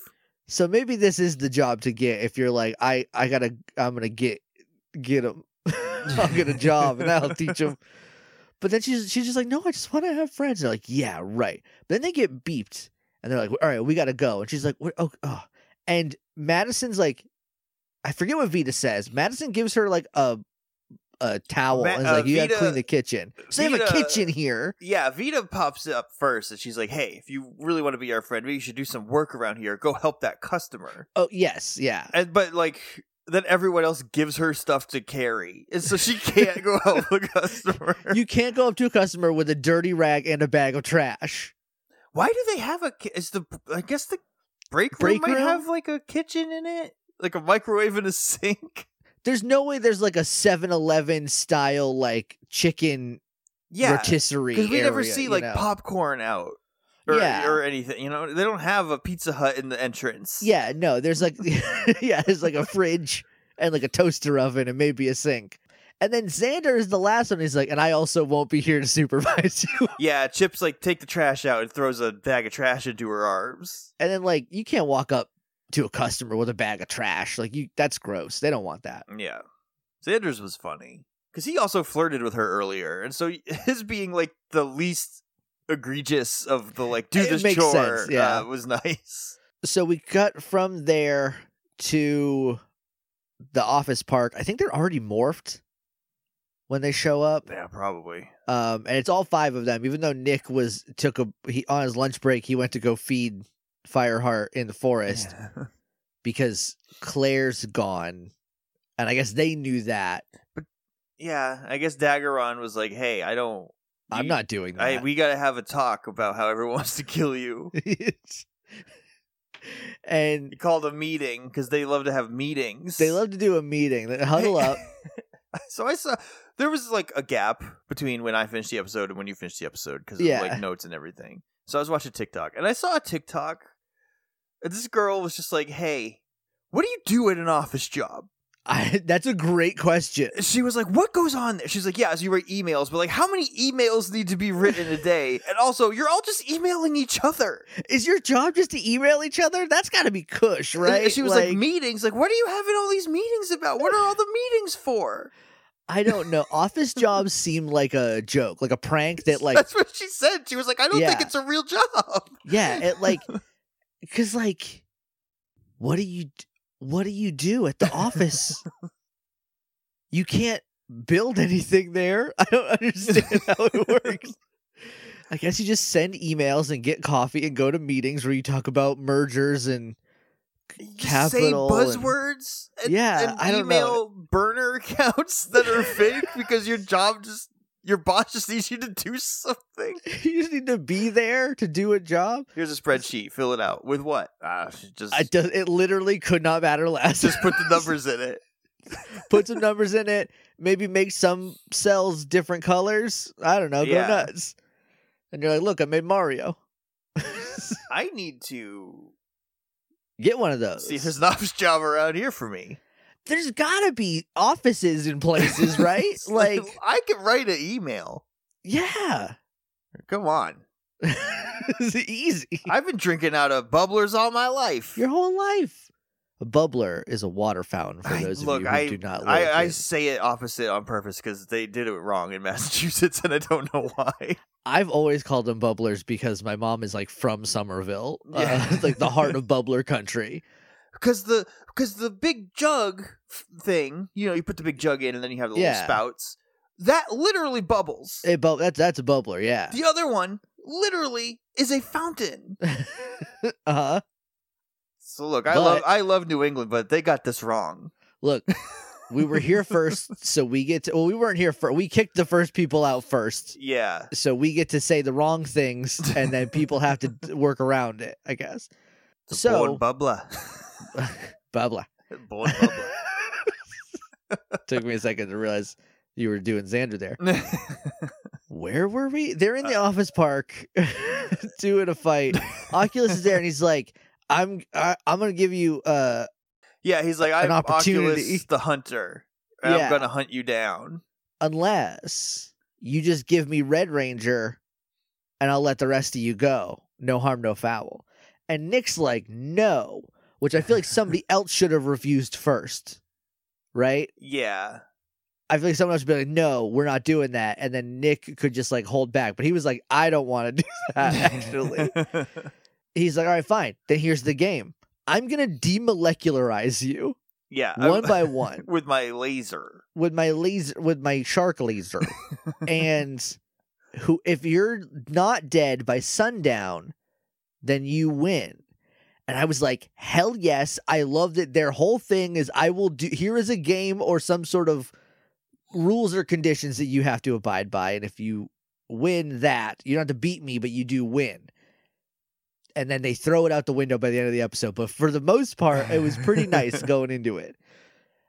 So maybe this is the job to get if you're like I I gotta I'm gonna get get them. I'll get a job and I'll teach them. But then she's she's just like no I just want to have friends. They're like yeah right. But then they get beeped and they're like all right we gotta go and she's like "What- oh, oh. and Madison's like I forget what Vita says. Madison gives her like a a towel
Ma-
and is
uh,
like you gotta
Vita-
clean the kitchen. So they have a
Vita-
kitchen here.
Yeah, Vita pops up first and she's like, hey, if you really want to be our friend, maybe you should do some work around here. Go help that customer.
Oh yes yeah.
And but like then everyone else gives her stuff to carry. And so she can't go help the customer.
You can't go up to a customer with a dirty rag and a bag of trash.
Why do they have a ki- is the I guess the break room
Break
might
room?
have like a kitchen in it? Like a microwave and a sink?
there's no way there's like a 7-Eleven style like chicken
Yeah.
rotisserie
Because we never
area,
see
you
like
know?
popcorn out. Or,
Yeah.
or anything, you know, they don't have a Pizza Hut in the entrance.
Yeah, no, there's like yeah, there's like a fridge and like a toaster oven and maybe a sink. And then Xander is the last one. He's like, and I also won't be here to supervise you.
yeah. Chip's like take the trash out and throws a bag of trash into her arms.
And then like you can't walk up to a customer with a bag of trash. Like you, that's gross. They don't want that.
Yeah. Sanders was funny because he also flirted with her earlier, and so his being like the least egregious of the like do
It
this
makes
chore
sense, yeah.
uh, was nice.
So we cut from there to the office park. I think they're already morphed when they show up.
Yeah, probably.
um, and it's all five of them. Even though Nick was took a he on his lunch break, he went to go feed Fireheart in the forest because Claire's gone, and I guess they knew that.
yeah, I guess Daggeron was like, "Hey, I don't.
I'm
you-
not doing
I
that.
we gotta have a talk about how everyone wants to kill you."
and
He called a meeting because they love to have meetings.
they love to do a meeting. They huddle up.
so I saw there was like a gap between when I finished the episode and when you finished the episode because
Yeah.
of like notes and everything. So I was watching TikTok and I saw a TikTok. And this girl was just like, "Hey, what do you do at an office job?"
I, that's a great question.
And she was like, "What goes on there?" She's like, "Yeah, so you write emails, but like, how many emails need to be written a day? And also, you're all just emailing each other,
Is your job just to email each other? That's got to be cush,
And-
right?
And she was like, "Meetings, like, what are you having all these meetings about? What are all the meetings for?"
I don't know. Office jobs seem like a joke, like a prank that like
That's what she said. She was like, "I don't think
Yeah.
it's a real job."
Yeah, it like cuz like what do you d- what do you do at the office? you can't build anything there. I don't understand how it works. I guess you just send emails and get coffee and go to meetings where you talk about mergers and
You
capital
say
and-
buzzwords and,
Yeah,
and
I don't know.
email burner accounts that are fake because your job just your boss just needs you to do something.
you just need to be there to do a job.
Here's a spreadsheet. Fill it out with what? Uh, just
I do, it literally could not matter less.
just put the numbers in it.
put some numbers in it, maybe make some cells different colors. I don't know, go
Yeah.
nuts. And you're like, look, I made Mario.
I need to
Get one of those.
see if there's an office job around here for me.
There's gotta be offices in places, right?
It's
like,
I can write an email.
yeah.
Come on.
it's easy.
I've been drinking out of bubblers all my life.
Your whole life. A bubbler is a water fountain for
I-
those
look,
of you who
I-
do not live.
I, I
in-
say it opposite on purpose because they did it wrong in Massachusetts, and I don't know why.
I've always called them bubblers because my mom is like from Somerville. Uh,
Yeah.
it's like the heart of bubbler country.
Because the because the big jug f- thing, you know, you put the big jug in, and then you have the
Yeah.
little spouts. That literally bubbles.
It bu- that's that's a bubbler, yeah.
the other one literally is a fountain.
uh-huh.
So look, I
But-
love I love New England, but they got this wrong.
Look, we were here first, so we get to. Well, we weren't here first. We kicked the first people out first,
Yeah,
so we get to say the wrong things, and then people have to d- work around it. I guess.
The
So-
born bubbler,
Blah blah.
born bubbler.
Took me a second to realize you were doing Xander there. Where were we? They're in the office park doing a fight. Oculus is there, and he's like, I'm I, I'm gonna give you uh
Yeah, he's like,
An
I'm
opportunity.
Oculus the Hunter. and
Yeah.
I'm gonna hunt you down.
unless you just give me Red Ranger and I'll let the rest of you go. No harm, no foul. And Nick's like, no, which I feel like somebody else should have refused first, right?
Yeah.
I feel like someone else should be like, no, we're not doing that. And then Nick could just like hold back. But he was like, I don't want to do that, actually. He's like, all right, fine. Then here's the game I'm going to demolecularize you
yeah. I-
one by one
with my laser.
with my laser with my shark laser and who if you're not dead by sundown then you win and i was like hell yes i loved it their whole thing is i will do here is a game or some sort of rules or conditions that you have to abide by and if you win that you don't have to beat me but you do win and then they throw it out the window by the end of the episode but for the most part it was pretty nice going into it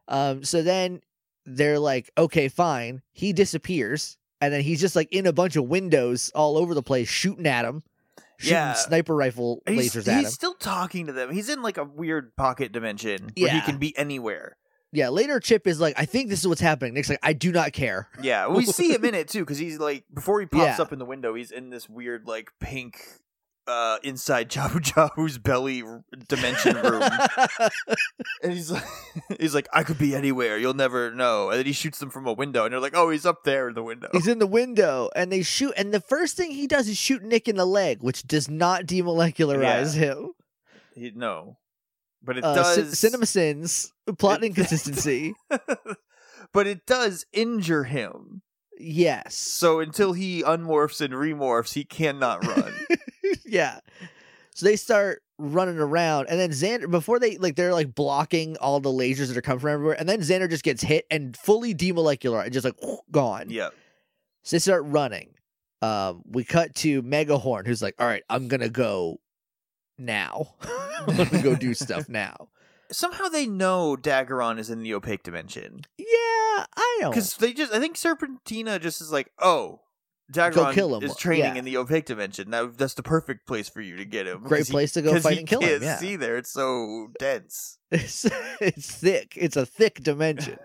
um so then they're like okay fine he disappears and then he's just like in a bunch of windows all over the place shooting at him shooting
Yeah.
sniper rifle
He's,
lasers at
he's
him
still talking to them. He's in like a weird pocket dimension where he
Yeah.
can be anywhere.
yeah later chip is like i think this is what's happening nick's like i do not care
Yeah, we see him in it too because he's like before he pops
Yeah.
up in the window, he's in this weird like pink uh inside Jabu Jabu's belly r- dimension room, and he's like, he's like, I could be anywhere, you'll never know. And then he shoots them from a window, and they're like, oh, he's up there in the window.
He's in the window and they shoot and the first thing he does is shoot Nick in the leg, which does not demolecularize him.
He- no, but it
Uh,
does
Cin- Cinema sins, plot
It-
inconsistency.
but it does injure him.
yes.
So until he unmorphs and remorphs, he cannot run.
yeah. So they start running around and then Xander before they like they're like blocking all the lasers that are coming from everywhere, and then Xander just gets hit and fully demolecularized, just like gone.
yeah,
So they start running. Um, we cut to Megahorn, who's like, All right, I'm gonna go now. I'm gonna go do stuff now.
somehow they know Daggeron is in the opaque dimension.
Yeah, I don't.
because they just i think serpentina just is like oh Dagron
kill him.
is
Yeah.
training in the opaque dimension now that's the perfect place for you to get him
Great
'cause he-
place to go
'cause
fight
he
and kill
can't
him. Yeah,
see there it's so dense
it's, it's thick. It's a thick dimension.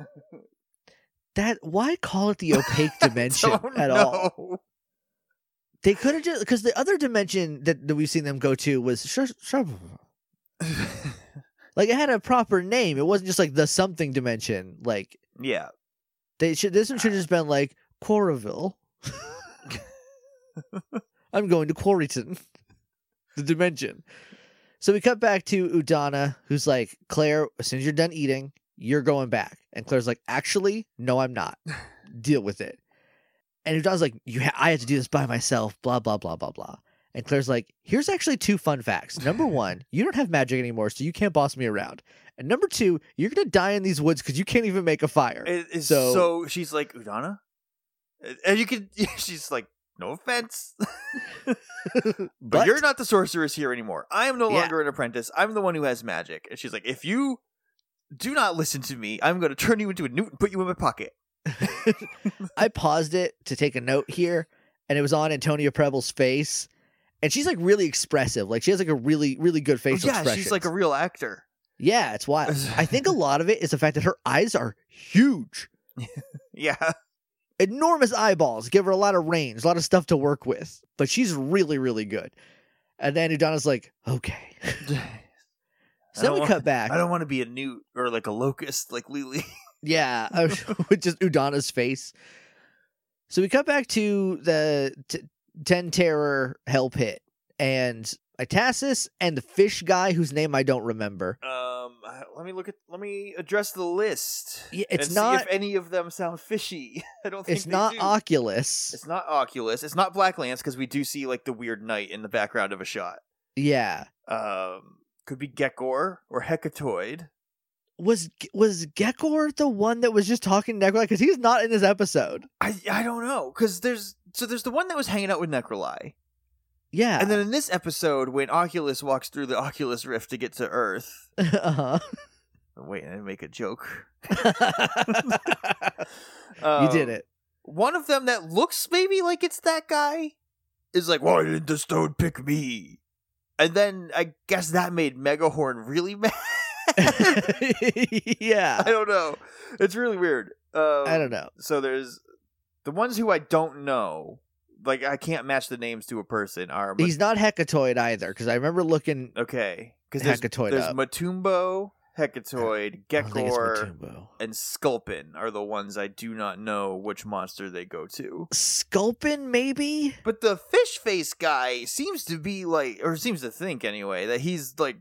That why call it the opaque dimension
Don't
at all?
know.
They could have just because the other dimension that, that we've seen them go to was sh- like it had a proper name. It wasn't just like the something dimension. Like
yeah
they should. This one should have just been like Quarryville. I'm going to Quarryton, the dimension. So we cut back to Udana, who's like, Claire, as soon as you're done eating, you're going back. And Claire's like, actually, no, I'm not. Deal with it. And Udana's like, you ha- I had to do this by myself, blah, blah, blah, blah, blah. And Claire's like, here's actually two fun facts. Number one, you don't have magic anymore, so you can't boss me around. And number two, you're going to die in these woods because you can't even make a fire.
it is so,
So-
she's like udana and you can she's like no offense but, you're not the sorceress here anymore i am no
Yeah.
longer an apprentice i'm the one who has magic and she's like if you do not listen to me i'm going to turn you into a newt and put you in my pocket Oh,
I paused it to take a note here, and it was on Antonia Preble's face, and she's like really expressive. Like she has like a really, really good facial
Oh, yeah
expression.
she's like a real actor
yeah, it's wild. I think a lot of it is the fact that her eyes are huge,
Yeah.
enormous eyeballs, give her a lot of range, a lot of stuff to work with. But she's really, really good. And then Udana's like, okay. So then
don't
we
wa-
cut back.
Oh, I don't want to be a newt or like a locust like Lily.
Yeah, I was- with just Udana's face. So we cut back to the t- Ten Terror Hell Pit and Itasis and the fish guy whose name I don't remember.
Um let me look at let me address the list.
Yeah, it's
and
not-
see if any of them sound fishy. I don't think
It's
they
not
do.
Oculus.
It's not Oculus. It's not Black Lance because we do see like the weird knight in the background of a shot.
Yeah,
Um could be Gekor or Hecatoid.
was was Gekor the one that was just talking to Necroli? Because he's not in this episode.
I I don't know cuz there's so there's the one that was hanging out with Necroli.
Yeah,
And then in this episode when Oculus walks through the Oculus Rift to get to Earth.
uh-huh.
Wait, I didn't make a joke.
you
Um,
did it.
One of them that looks maybe like it's that guy is like, "Why didn't the stone pick me?" And then I guess that made Megahorn really mad.
yeah.
Oh. I don't know. It's really weird. Um,
I don't know.
So there's the ones who I don't know. Like I can't match the names to a person. Are Ma-
He's not Hecatoid either, because I remember looking
okay because there's,
Hecatoid
there's
up.
Matumbo, Hecatoid,
I don't think it's
Gekor,
Matumbo.
and Sculpin are the ones I do not know which monster they go to.
Sculpin, maybe?
But the fish face guy seems to be like, or seems to think anyway, that he's like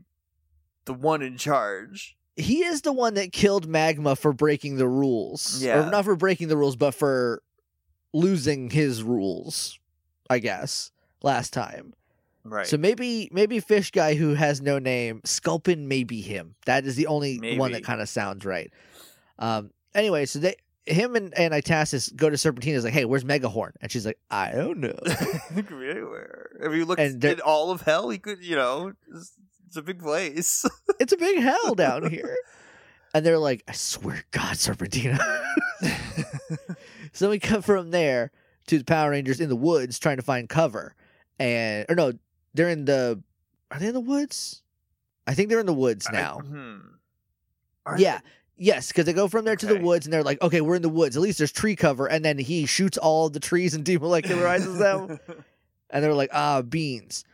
the one in charge.
He is the one that killed Magma for breaking the rules.
Yeah.
Or not for breaking the rules, but for losing his rules, I guess, last time.
Right.
So maybe maybe Fish Guy who has no name, Sculpin may be him. That is the only one
Maybe.
that kind of sounds right. Um anyway, so they him and, and Itasis go to Serpentina's like, hey, where's Megahorn? And she's like, I don't know.
It could be anywhere. If you look
And
at
there-
all of hell, he could, you know, it's, it's a big place.
it's a big hell down here. And they're like, I swear to God, Serpentina. so we come from there to the Power Rangers in the woods trying to find cover. And or no, they're in the are they in the woods? I think they're in the woods now.
I- hmm. Are
yeah. Yes, because they go from there to the
Okay.
woods and they're like, okay, we're in the woods. At least there's tree cover. And then he shoots all the trees and
they-
demolecularizes them. and they're like, ah, beans.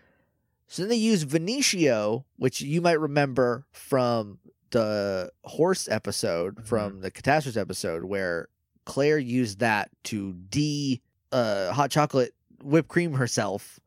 So then they use Venetio, which you might remember from the horse episode,
Mm-hmm.
from the catastrophe episode, where Claire used that to de uh, hot chocolate whipped cream herself,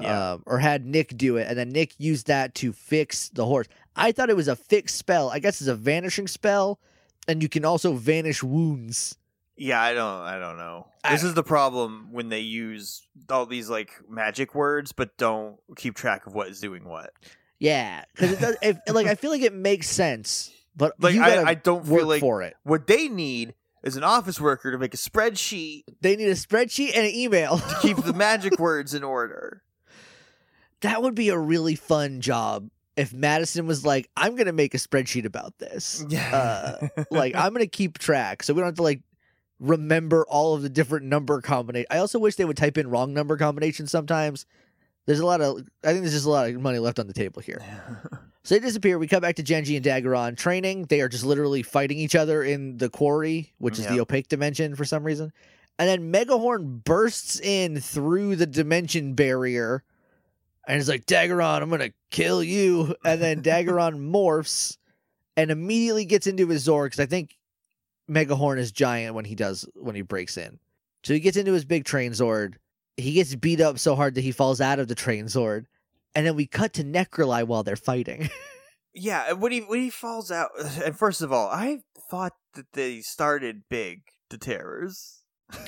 Yeah.
um, or had Nick do it, and then Nick used that to fix the horse. I thought it was a fixed spell. I guess it's a vanishing spell, and you can also vanish wounds.
yeah, I don't, I don't know.
I
this is the problem when they use all these like magic words, but don't keep track of what is doing what.
Yeah, because it does. if, like I feel like it makes sense, but
Like
you
I,
gotta
I don't
work
feel like
for it.
what they need is an office worker to make a spreadsheet
They need a spreadsheet and an email.
to keep the magic words in order.
that would be a really fun job if Madison was like, "I'm gonna make a spreadsheet about this. Uh, like, I'm gonna keep track, so we don't have to like remember all of the different number combinations." I also wish they would type in wrong number combinations sometimes. There's a lot of, I think there's just a lot of money left on the table
Uh,
here. So they disappear. We come back to Genji and Daggeron training. They are just literally fighting each other in the quarry, which is
Yeah.
the opaque dimension for some reason. And then Megahorn bursts in through the dimension barrier and is like, Daggeron, I'm going to kill you. And then Daggeron morphs and immediately gets into his Zord because I think Megahorn is giant when he does, when he breaks in. So he gets into his big train Zord. He gets beat up so hard that he falls out of the train Zord. And then we cut to Necroli while they're fighting.
Yeah, and when he when he falls out, and first of all, I thought that they started big, the terrors.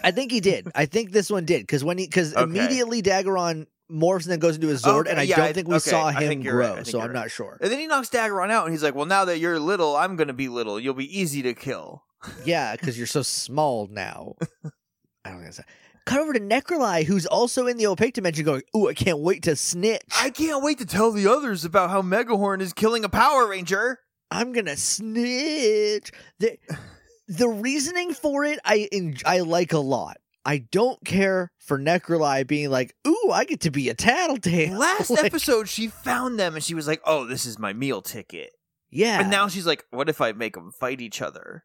I think he did. I think this one did because when he because
Okay.
immediately Daggeron morphs and then goes into his Zord,
Okay,
and I
yeah,
don't
I-
think we
okay,
saw
I
him
think you're right, I
grow,
think
so
you're
I'm
right.
not sure.
And then he knocks Daggeron out, and he's like, "Well, now that you're little, I'm gonna be little. You'll be easy to kill."
yeah, because you're so small now. I don't think that's Cut over to Necroli, who's also in the opaque dimension, going, "Ooh, I can't wait to snitch.
I can't wait to tell the others about how Megahorn is killing a Power Ranger.
I'm gonna snitch." The the reasoning for it, I en- I like a lot. I don't care for Necroli being like, "Ooh, I get to be a tattletale."
Last
Like,
episode, she found them, and she was like, "Oh, this is my meal ticket."
yeah.
And now she's like, "What if I make them fight each other?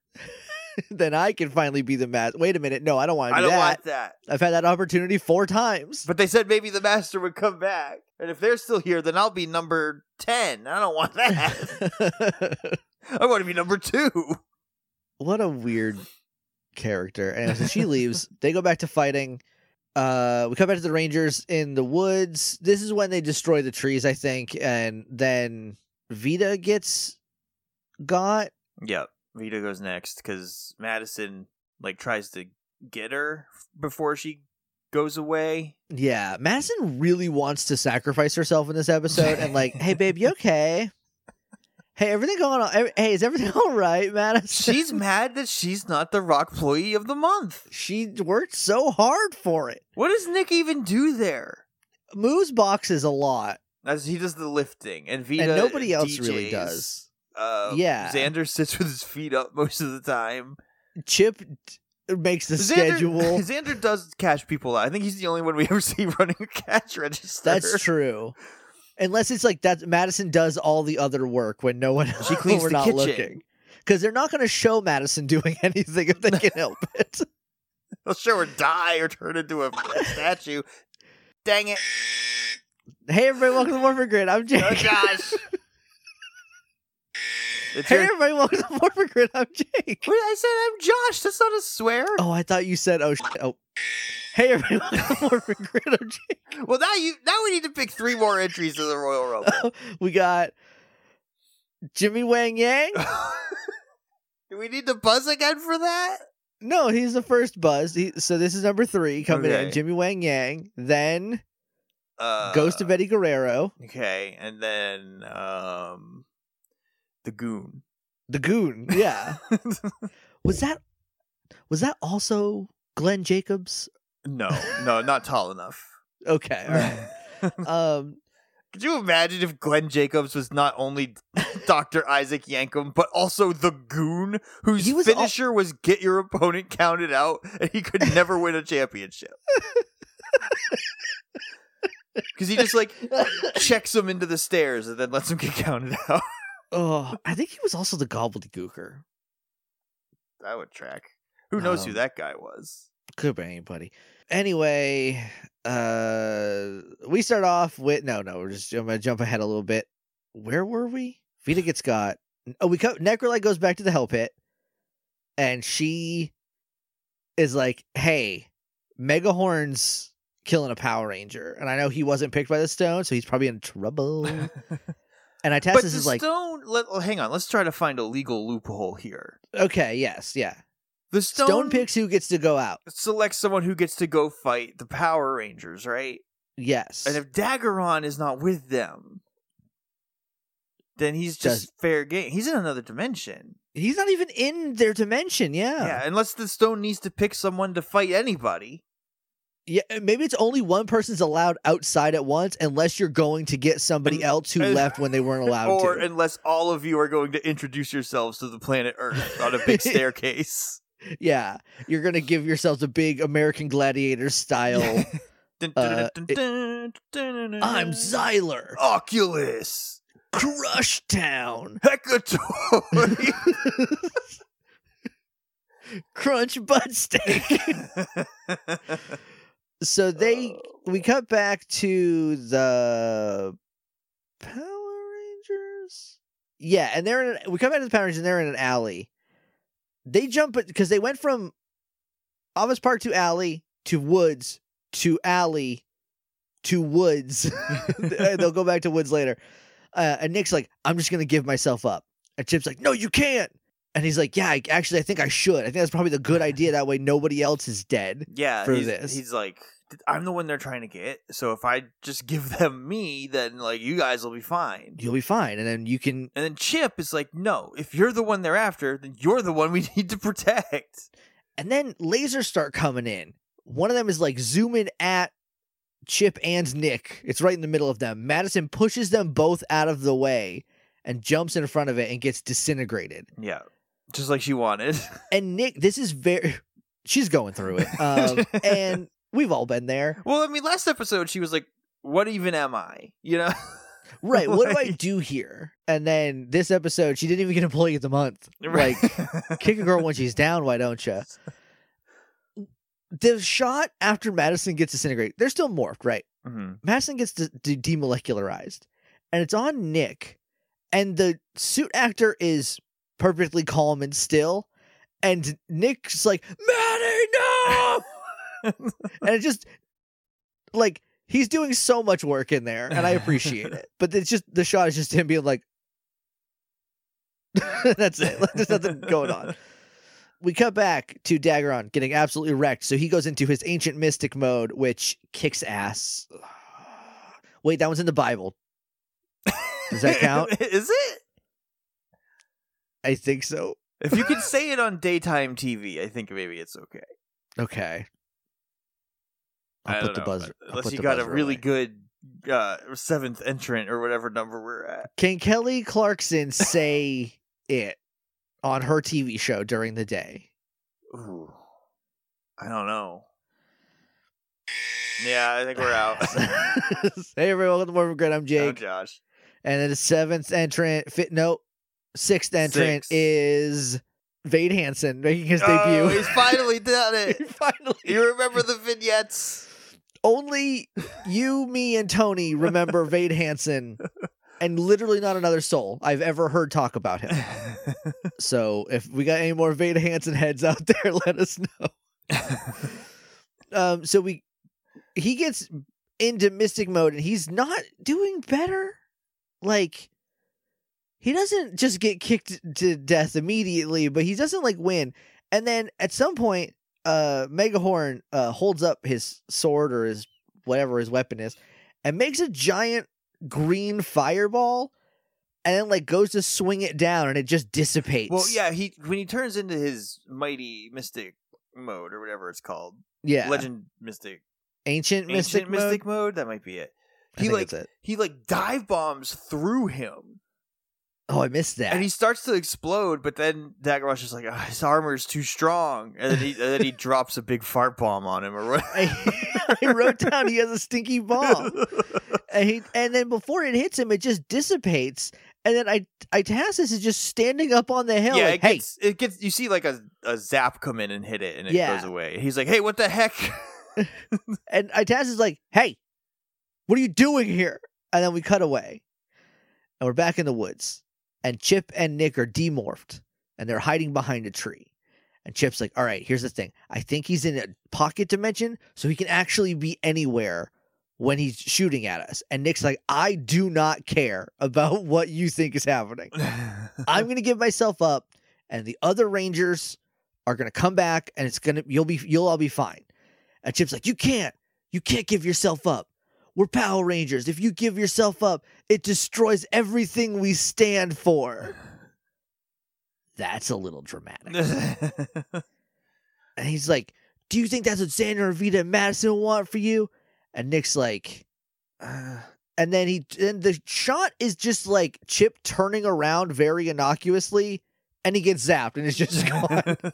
then I can finally be the master. Wait a minute, no, I don't want to
I
do
don't
that.
want that."
I've had that opportunity four times.
But they said maybe the master would come back, and if they're still here, then I'll be number ten. I don't want that. I want to be number two.
what a weird character. And so she leaves. They go back to fighting. Uh, we come back to the Rangers in the woods. This is when they destroy the trees, I think, and then Vita gets got.
Yep. Rita goes next because Madison like tries to get her before she goes away.
Yeah, Madison really wants to sacrifice herself in this episode, and like, hey, babe, you okay? Hey, everything going on? ev- Hey, is everything all right, Madison?
She's mad that she's not the rock ployee of the month.
she worked so hard for it.
What does Nick even do there?
Moves boxes a lot.
As he does the lifting, and Vita
and nobody else really
DJs.
does.
Uh,
Yeah.
Xander sits with his feet up most of the time.
Chip d- makes the
Xander,
schedule.
Xander does cash people out. I think he's the only one we ever see running a cash register.
That's true. unless it's like that Madison does all the other work when no one else
She cleans
we're
the
not
kitchen.
looking. Because they're not going to show Madison doing anything if they can help it.
They'll show her die or turn into a statue. Dang it,
Hey everybody, welcome to Morphin Grid. I'm Jake.
no, Josh. It's
hey
your-
everybody, welcome to Morphin Grid. I'm Jake.
What did I said I'm Josh. That's not a swear.
Oh, I thought you said oh. Shit. Oh, hey everybody, welcome to Morphin Grid. I'm Jake.
Well, now you now we need to pick three more entries to the Royal Rumble.
We got Jimmy Wang Yang.
Do we need to buzz again for that?
No, he's the first buzzed. He, so this is number three coming
Okay.
in. Jimmy Wang Yang, then
Uh,
Ghost of Eddie Guerrero,
Okay, and then um, the goon.
the Goon. Yeah, was that was that also Glenn Jacobs?
no, no, not tall enough.
Okay, all right. um,
Could you imagine if Glenn Jacobs was not only Dr. Isaac Yankum, but also the goon whose
He was al-
finisher was get your opponent counted out and he could never win a championship? Because he just like checks him into the stairs and then lets him get counted out.
oh, I think he was also the Gobbledygooker.
That would track. Who knows who
Um,
that guy was?
Could be anybody. Anyway, uh, we start off with no, no. We're just I'm gonna jump ahead a little bit. Where were we? Vita gets got. Oh, we co- Necrolite goes back to the hell pit, and she is like, "Hey, Mega Horn's killing a Power Ranger, and I know he wasn't picked by the Stone, so he's probably in trouble." and
But
Itastis
the
is like,
stone. Let, oh, hang on. Let's try to find a legal loophole here.
"Okay, yes, yeah."
The
Stone,
stone,
picks who gets to go out.
selects someone who gets to go fight the Power Rangers, right?
Yes,
And if Daggeron is not with them, then he's just
Does-
fair game. He's in another dimension.
he's not even in their dimension.
Yeah, unless the stone needs to pick someone to fight anybody.
Yeah, eh, maybe it's only one person's allowed outside at once, unless you're going to get somebody
And-
else who
and-
left when they weren't allowed
or
to.
unless all of you are going to introduce yourselves to the planet Earth on a big staircase.
yeah, you're gonna give yourselves a big American Gladiator style.
Dun,
Uh,
dun, dun, dun, dun, dun,
I'm
dun.
Xyler,
Oculus.
Crush Town,
Hecatomb.
Crunch Butt Steak. so they, we cut back to the Power Rangers. Yeah, and they're in. We come back to the Power Rangers, and they're in an alley. They jump because they went from Office Park to alley to woods to alley to woods. They'll go back to woods later. Uh, and Nick's like, "I'm just gonna give myself up." And Chip's like, "No, you can't." And he's like, "Yeah, I, actually, I think I should. I think that's probably the good idea. That way, nobody else is dead."
yeah,
for
he's,
this.
he's like, I'm the one they're trying to get. So if I just give them me, then like you guys will be fine.
You'll be fine, and then you can
And then Chip is like, no, if you're the one they're after, then you're the one we need to protect.
And then lasers start coming in. One of them is like zooming at Chip and Nick. It's right in the middle of them. Madison pushes them both out of the way and jumps in front of it and gets disintegrated.
Yeah. Just like she wanted.
And Nick, this is very. She's going through it. Um, and we've all been there.
well, I mean, last episode she was like, what even am I? You know?
Right. What do I
Like-
do here? And then this episode, she didn't even get employee of the month. Like, kick a girl when she's down. Why don't you? The shot after Madison gets disintegrated, they're still morphed, right?
Mhm.
Madison gets de- de- demolecularized, and it's on Nick, and the suit actor is perfectly calm and still, and Nick's like, "Maddie, no!" and it just like he's doing so much work in there, and I appreciate it, but it's just the shot is just him being like, "That's it. Like, there's nothing going on." we cut back to Daggeron getting absolutely wrecked. So he goes into his ancient mystic mode, which kicks ass. Wait, that one's in the Bible. Does that count?
is it?
I think so.
If you could say it on daytime TV, I think maybe it's okay.
Okay. I'll
I
put
don't
the
know,
buzzer. I'll
Unless
put
you
the
got a
buzzer
really
away.
good uh, seventh entrant or whatever number we're at.
Can Kelly Clarkson say it on her TV show during the day?
Ooh. I don't know. Yeah, I think we're out.
hey everyone, welcome to Morphin Grid. I'm
I'm
Jake.
Josh.
and then the seventh entrant, fit no, sixth entrant
Six.
is Vade Hansen making his
Oh,
debut.
he's finally done
He
it.
finally,
You remember the vignettes?
only you, me, and Tony remember Vade Hansen, and literally not another soul I've ever heard talk about him. So if we got any more Vade Hansen heads out there, let us know. Um, so we he gets into mystic mode and he's not doing better. Like he doesn't just get kicked to death immediately, but he doesn't like win. And then at some point, uh Megahorn uh holds up his sword or his whatever his weapon is and makes a giant green fireball and then like goes to swing it down and it just dissipates.
well, yeah, he when he turns into his mighty mystic mode or whatever it's called,
Yeah.
legend mystic,
Ancient, mystic,
ancient mystic mode. That might be it.
mode. I
He
think
like
that's it.
he like dive bombs through him,
Oh, I missed that.
and he starts to explode. But then Daggerwash is like, "Ah, his armor's too strong, and then he and then he drops a big fart bomb on him or whatever.
I, I wrote down he has a stinky bomb, and, he, and then before it hits him, it just dissipates. And then I Itasis is just standing up on the hill,
yeah,
like,
it
"Hey,
gets it gets you see like a, a zap come in and hit it and it
Yeah.
goes away. He's like, "Hey, what the heck?"
And Itaz is like, hey, what are you doing here? And then we cut away. And we're back in the woods. And Chip and Nick are demorphed and they're hiding behind a tree. And Chip's like, all right, here's the thing. I think he's in a pocket dimension, so he can actually be anywhere when he's shooting at us. And Nick's like, I do not care about what you think is happening. I'm gonna give myself up, and the other Rangers are gonna come back, and it's gonna you'll be you'll all be fine. And Chip's like, you can't, you can't give yourself up. We're Power Rangers. If you give yourself up, it destroys everything we stand for. That's a little dramatic. And he's like, do you think that's what Xander and Vita and Madison want for you? And Nick's like, "Uh," and then he and the shot is just like Chip turning around very innocuously, and he gets zapped and it's just gone.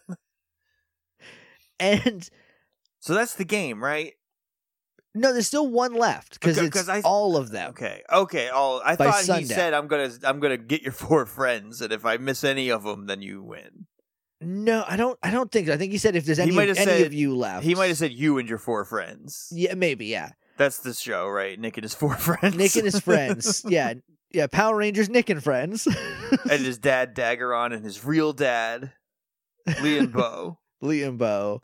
and
so that's the game, right?
no, there's still one left because
Okay,
it's
'cause I-
all of them.
Okay, okay. All I
By
thought he
sundown.
said, "I'm gonna, I'm gonna get your four friends, and if I miss any of them, then you win."
No, I don't. I don't think. So. I think he said if there's
He
any,
might
any
have said-
of you left,
He might have said you and your four friends.
Yeah, maybe. Yeah,
That's the show, right? Nick and his four friends.
Nick and his friends. Yeah, yeah. Power Rangers, Nick and friends.
and his dad Daggeron and his real dad Lee and Bo.
Liam Bo.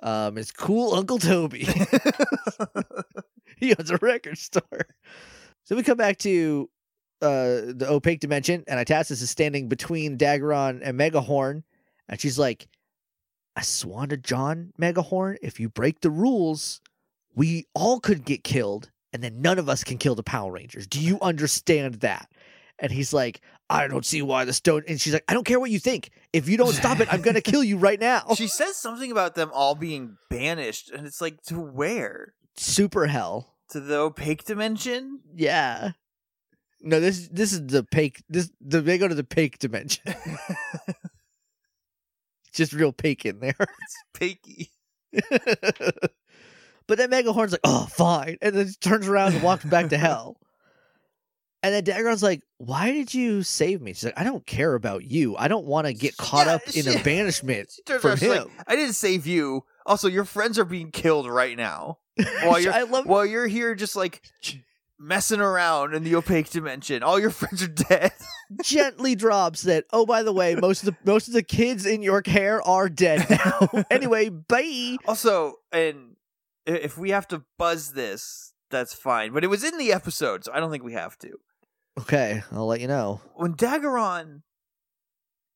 Um, his cool Uncle Toby. he owns a record store. So we come back to uh, the opaque dimension, and Itasis is standing between Daggeron and Megahorn, and she's like, "I swan to John Megahorn, if you break the rules, we all could get killed, and then none of us can kill the Power Rangers. Do you understand that?" And he's like, "I don't see why the stone." And she's like, "I don't care what you think. If you don't stop it, I'm gonna kill you right now."
She says something about them all being banished, and it's like to where?
Super hell.
To the opaque dimension?
Yeah. No, this this is the pake. This the, they go to the pake dimension. Just real pake in there.
Pakey.
but then Megahorn's like, "Oh, fine," and then turns around and walks back to hell. And then Daggeron's like, "Why did you save me?" She's like, "I don't care about you. I don't want to get caught
Yeah,
up in
she-
a banishment
She turns
from
around, she's
him."
like, I didn't save you. Also, your friends are being killed right now. While you're
I love
while you're here just like messing around in the opaque dimension. All your friends are dead.
gently drops that. Oh, by the way, most of the most of the kids in your care are dead now. anyway, bye.
Also, and i- if we have to buzz this, that's fine. But it was in the episode, so I don't think we have to.
Okay, I'll let you know.
When Daggeron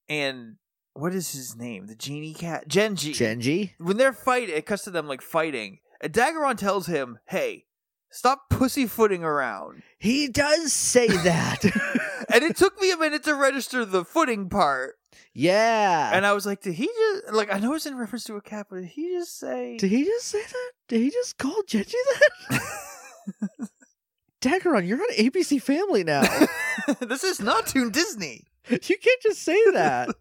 and what is his name? The genie cat? Genji.
Genji?
when they're fighting, it cuts to them like fighting. And Daggeron tells him, "Hey, stop pussyfooting around."
He does say that.
and it took me a minute to register the footing part,
yeah.
and I was like, "Did he just like? I know it's in reference to a cat, but did he just say?"
Did he just say that? Did he just call Genji that? Daggeron, you're on ABC Family now.
this is not Toon Disney.
you can't just say that.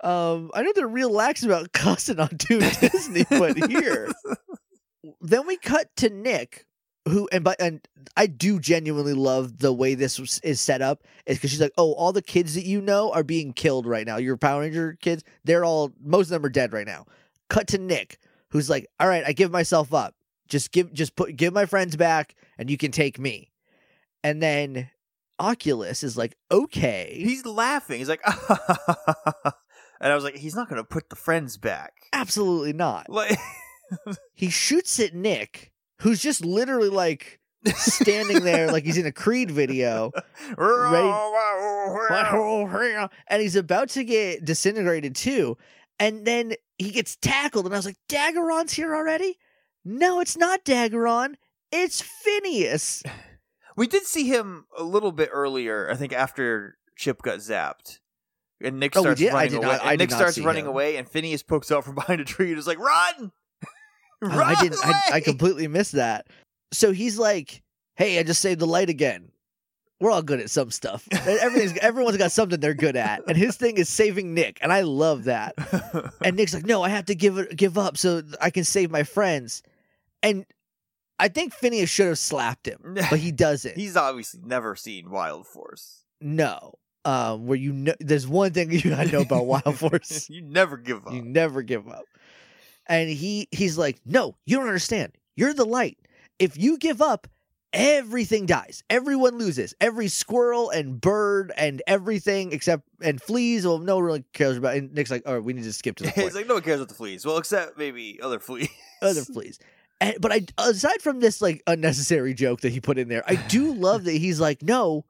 Um, I know they're real lax about cussing on Toon Disney, but here then we cut to Nick, who and but and I do genuinely love the way this was- is set up is because she's like, oh, all the kids that you know are being killed right now. Your Power Ranger kids, they're all most of them are dead right now. Cut to Nick, who's like, all right, I give myself up. Just give, just put, give my friends back, and you can take me. And then Oculus is like, okay,
He's laughing. He's like, and I was like, he's not gonna put the friends back.
absolutely not.
Like,
he shoots at Nick, who's just literally like standing there like he's in a Creed video, and he's about to get disintegrated too. And then he gets tackled, and I was like, Daggeron's here already? No, it's not Daggeron. It's Phineas.
We did see him a little bit earlier. I think after Chip got zapped, and Nick
Oh, we
starts
did? I
running
did
away.
not- I
and
did
Nick
not
starts
see
running
him.
away, and Phineas pokes out from behind a tree and is like, "Run!"
Oh,
Run
I didn't. I, I
away!"
completely missed that. So he's like, "Hey, I just saved the light again. We're all good at some stuff. Everything's everyone's got something they're good at, and his thing is saving Nick, and I love that. And Nick's like, "No, I have to give it, give up so th- I can save my friends." And I think Phineas should have slapped him, but he doesn't.
He's obviously never seen Wild Force.
no, um, where you know, there's one thing you I know about Wild Force:
you never give up.
you never give up. And he he's like, "No, you don't understand. You're the light. If you give up, everything dies. Everyone loses. Every squirrel and bird and everything except and fleas. Well, no one really cares about." And Nick's like, "All right, we need to skip to the point."
He's like, no one cares about the fleas. Well, except maybe other fleas.
other fleas. And, but I, aside from this like unnecessary joke that he put in there, I do love that he's like, no,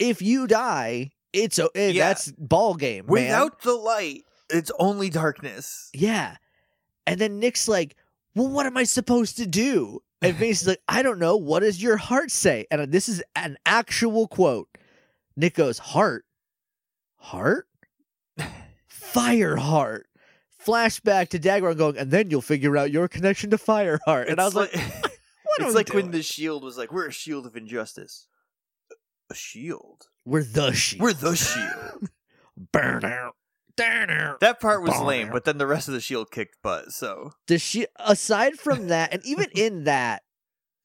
if you die, it's a eh,
Yeah.
that's ball game, man."
Without the light, it's only darkness.
yeah. And then Nick's like, well, what am I supposed to do? And Vinny's is like, I don't know. What does your heart say? And uh, this is an actual quote. Nick goes, heart, heart, fire heart. Flashback to Dagron going, and then you'll figure out your connection to Fireheart. And I was
It's
like, what are
it's
we
like when
doing?
the shield was like, we're a shield of injustice. A shield.
We're the sheep.
We're the shield.
burn out. Burn out.
that part was
Bong.
lame, but then the rest of the shield kicked butt. So
The she aside from that, and even in that,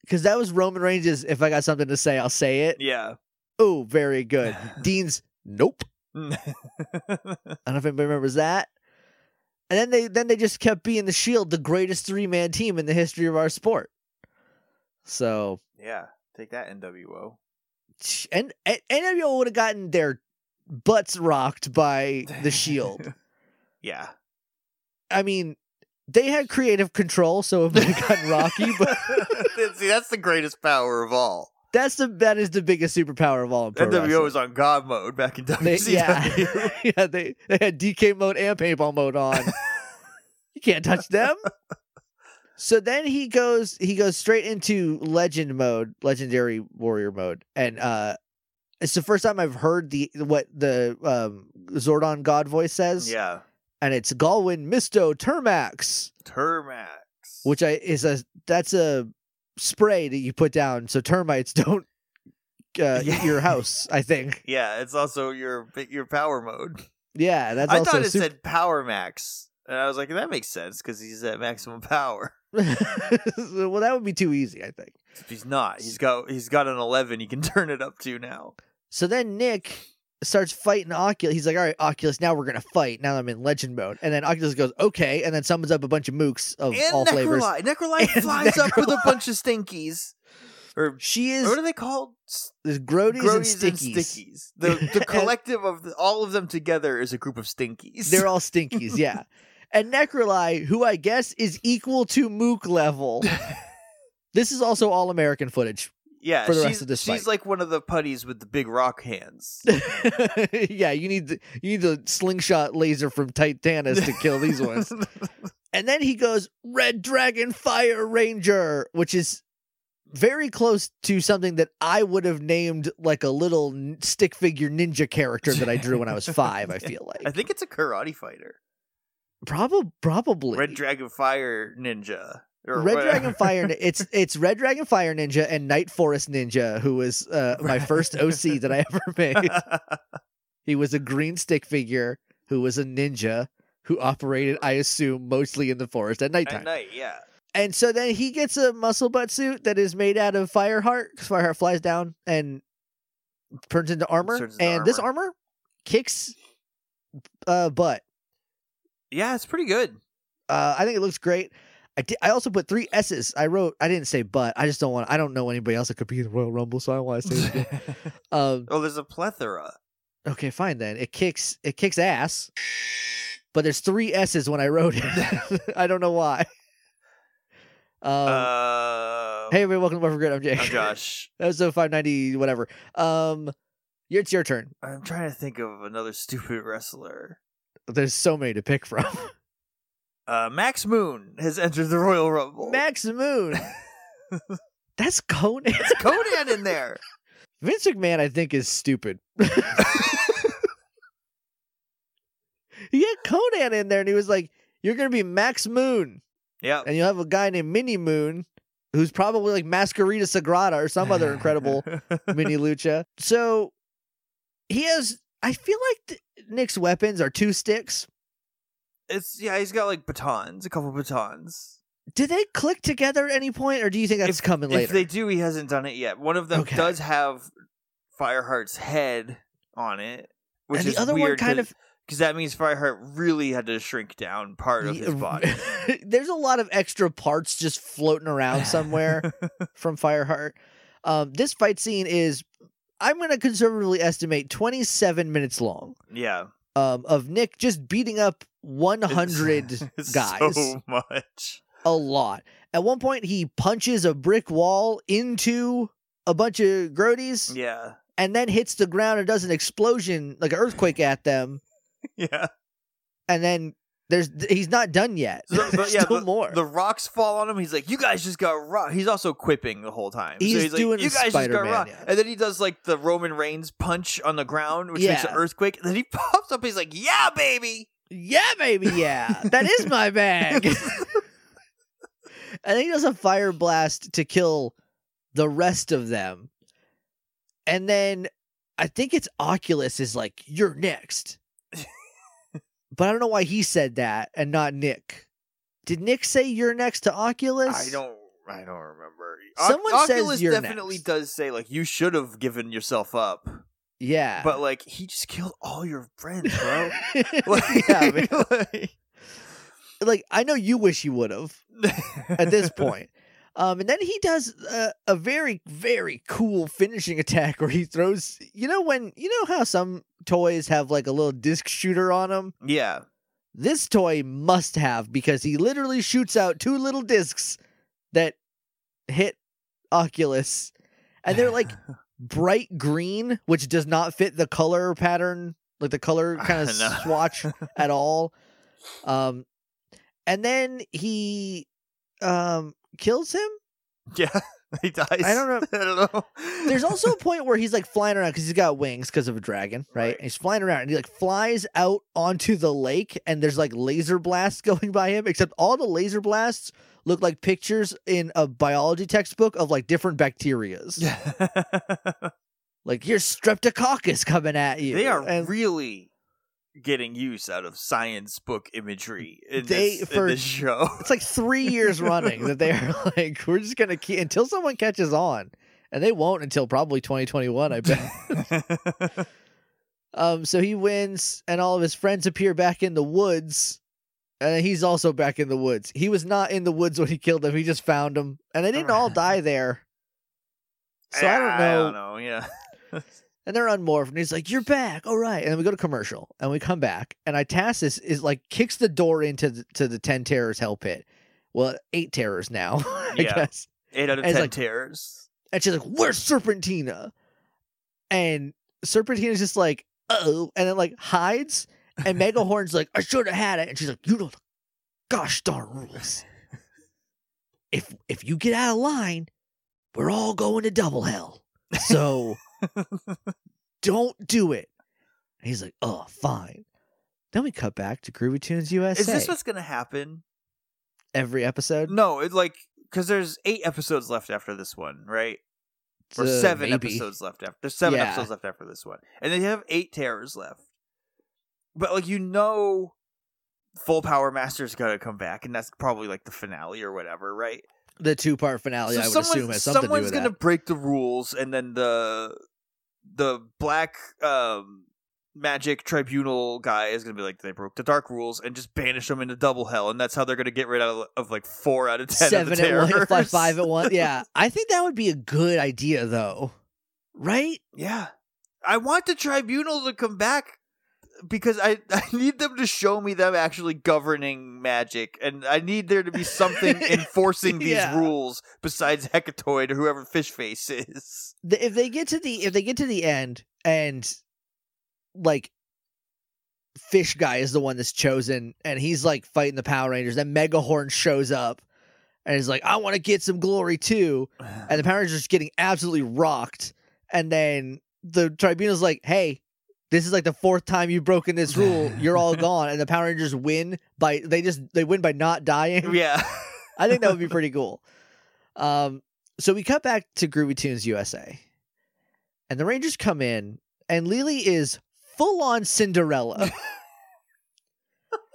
because that was Roman Reigns' if I got something to say, I'll say it.
yeah.
Oh, very good. Dean's nope. I don't know if anybody remembers that. And then they then they just kept being the shield, the greatest three man team in the history of our sport. So
yeah. Take that NWO.
and, and NWO would have gotten their butts rocked by the shield.
yeah.
I mean, they had creative control, so it might have gotten rocky, but
see, that's the greatest power of all.
that's the that is the biggest superpower of all. In pro
NWO
wrestling.
was on God mode back in
They-
WCW.
yeah, yeah. They they had DK mode and paintball mode on. you can't touch them. So then he goes he goes straight into legend mode, legendary warrior mode, and uh, it's the first time I've heard the what the um Zordon God voice says,
yeah.
and it's Galwin Misto Termax.
Termax.
which I is a that's a spray that you put down so termites don't uh, eat
Yeah.
your house. I think.
yeah, it's also your your power mode.
Yeah, that's
I
also
thought it
super-
said power max, and I was like, that makes sense because he's at maximum power.
well, that would be too easy, I think.
If he's not. He's got he's got an eleven. He can turn it up to now.
So then Nick starts fighting Oculus. He's like, "All right, Oculus, now we're gonna fight. Now that I'm in legend mode." And then Oculus goes, "Okay," and then summons up a bunch of mooks of
and
all flavors.
Necroli, Necroli
And
flies up with a
Necroli.
bunch of stinkies, or
She
what are
is
they called? S-
there's Grodies, and
Grodies and
Stickies.
stickies. The the
And-
collective of the, all of them together is a group of stinkies.
They're all stinkies, yeah. And Necroli, who I guess is equal to Mook level. this is also all American footage.
yeah.
for the
she's,
rest of this
she's
fight.
like one of the putties with the big rock hands.
yeah, you need the, you need the slingshot laser from Titanus to kill these ones. And then he goes Red Dragon Fire Ranger, which is very close to something that I would have named like a little n- stick figure ninja character that I drew when I was 5, I feel like.
I think it's a karate fighter.
Probab- probably
Red Dragon Fire Ninja. Or
Red
whatever.
Dragon Fire. Nin- It's it's Red Dragon Fire Ninja and Night Forest Ninja, who was uh, my
Right.
first OC that I ever made. he was a green stick figure who was a ninja who operated, I assume, mostly in the forest at nighttime.
At night, yeah.
And so then he gets a muscle butt suit that is made out of Fireheart because Fireheart flies down and turns into armor.
Turns into
and this armor kicks uh, butt.
Yeah, it's pretty good.
Uh, I think it looks great. I, di- I also put three S's. I wrote, I didn't say but. I just don't want, I don't know anybody else that could be in the Royal Rumble, so I don't want to say it. Um,
oh, there's a plethora.
okay, fine then. It kicks, it kicks ass, but there's three S's when I wrote it. I don't know why. Um,
uh,
hey, everybody, welcome to More for Good. I'm Jake.
I'm Josh.
Episode 590, whatever. Um, your- it's your turn.
I'm trying to think of another stupid wrestler.
There's so many to pick from.
Uh, Max Moon has entered the Royal Rumble.
Max Moon. That's Conan.
Conan in there.
Vince McMahon, I think, is stupid. He had Conan in there, and he was like, "You're gonna be Max Moon,
yep.
and you'll have a guy named Mini Moon, who's probably like Masquerita Sagrada or some other incredible mini lucha." So he has. I feel like th- Nick's weapons are two sticks.
It's yeah, he's got like batons, a couple batons.
Do they click together at any point, or do you think that's coming later?
If they do, he hasn't done it yet. One of them
Okay.
does have Fireheart's head on it, which
and
is
the other one kind of
because that means Fireheart really had to shrink down part of his body.
There's a lot of extra parts just floating around somewhere. from Fireheart. Um, this fight scene is, I'm going to conservatively estimate 27 minutes long
yeah,
um, of Nick just beating up 100
It's
guys
So much.
a lot. At one point, he punches a brick wall into a bunch of Grodies
Yeah,
and then hits the ground and does an explosion, like an earthquake at them.
yeah.
And then there's he's not done yet.
So- but
There's
yeah,
still
the,
more.
the rocks fall on him. He's like, "You guys just got rocked." He's also quipping the whole time. so
He's
he's
doing
like, "You
the
guys just got
Spider-Man,
rocked,"
yeah.
and then he does like the Roman Reigns punch on the ground, which makes an
Yeah.
earthquake. And then he pops up. He's like, "Yeah, baby."
Yeah, baby, yeah. That is my bag. and he does a fire blast to kill the rest of them. And then I think it's Oculus is like, you're next. but I don't know why he said that and not Nick. Did Nick say you're next to Oculus?
I don't. I don't remember.
Someone
Oc-
says
Oculus
you're
definitely
next.
does say like you should have given yourself up,
Yeah.
but like he just killed all your friends, bro.
like, yeah, I mean,
like-
like, I know you wish you would have. at this point. Um, and then he does a, a very, very cool finishing attack where he throws. You know when you know how some toys have like a little disc shooter on them.
yeah,
This toy must have because he literally shoots out two little discs that hit Oculus, and they're like bright green, which does not fit the color pattern, like the color kind of
No.
swatch at all. Um, and then he um kills him.
yeah, he dies.
I don't know.
I don't know.
There's also a point where he's like flying around because he's got wings because of a dragon, right?
Right.
And he's flying around and he like flies out onto the lake and there's like laser blasts going by him, except all the laser blasts look like pictures in a biology textbook of like different bacterias. Like here's streptococcus coming at you.
they are
And-
really getting use out of science book imagery in,
They-
this, in
for-
this show.
it's like three years running that they are like, we're just gonna keep until someone catches on. And they won't until probably 2021, I bet. Um, so he wins, and all of his friends appear back in the woods, and he's also back in the woods. He was not in the woods when he killed them; he just found them, and they didn't all die there. So I don't know.
I don't know. Yeah.
And they're unmorphed, and he's like, "You're back, all right." And then we go to commercial, and we come back, and Itasis is like kicks the door into the, to the ten terrors hell pit. Well, eight terrors now, I
Yeah.
guess.
Eight out of
It's
ten
like-
tears.
And she's like, Where's Serpentina? And Serpentina's just like, oh, and then like hides. And Megahorn's like, I should have had it. And she's like, You know the gosh darn rules. If if you get out of line, we're all going to double hell. So don't do it. And he's like, Oh, fine. Then we cut back to Groovy Tunes USA
Is this what's gonna happen?
every episode.
No, it like because there's eight episodes left after this one, right? Or
Uh,
seven
maybe.
episodes left after. There's seven
Yeah.
episodes left after this one, and they have eight terrors left. But like you know, Full Power Master's got to come back, and that's probably like the finale or whatever, right?
The two part finale, I would assume, has something to do
someone's
with
gonna
that.
break the rules, and then the the black um, magic tribunal guy is gonna be like, they broke the dark rules and just banish them into double hell, and that's how they're gonna get rid of, of like four out of ten. of the
Seven at one, five,
terrors.
five at one. Yeah, I think that would be a good idea, though. Right?
Yeah. I want the tribunal to come back because I, I need them to show me them actually governing magic and I need there to be something enforcing these
Yeah.
rules besides Hecatoid or whoever Fishface is.
the, if they get to the if they get to the end and like fish guy is the one that's chosen and he's like fighting the power rangers then megahorn shows up and he's like i want to get some glory too and the power rangers are just getting absolutely rocked and then the tribunal's like hey this is like the fourth time you've broken this rule you're all gone and the power rangers win by they just they win by not dying
yeah.
I think that would be pretty cool. Um, so we cut back to Groovy Tunes USA, and the Rangers come in, and Lily is full on Cinderella.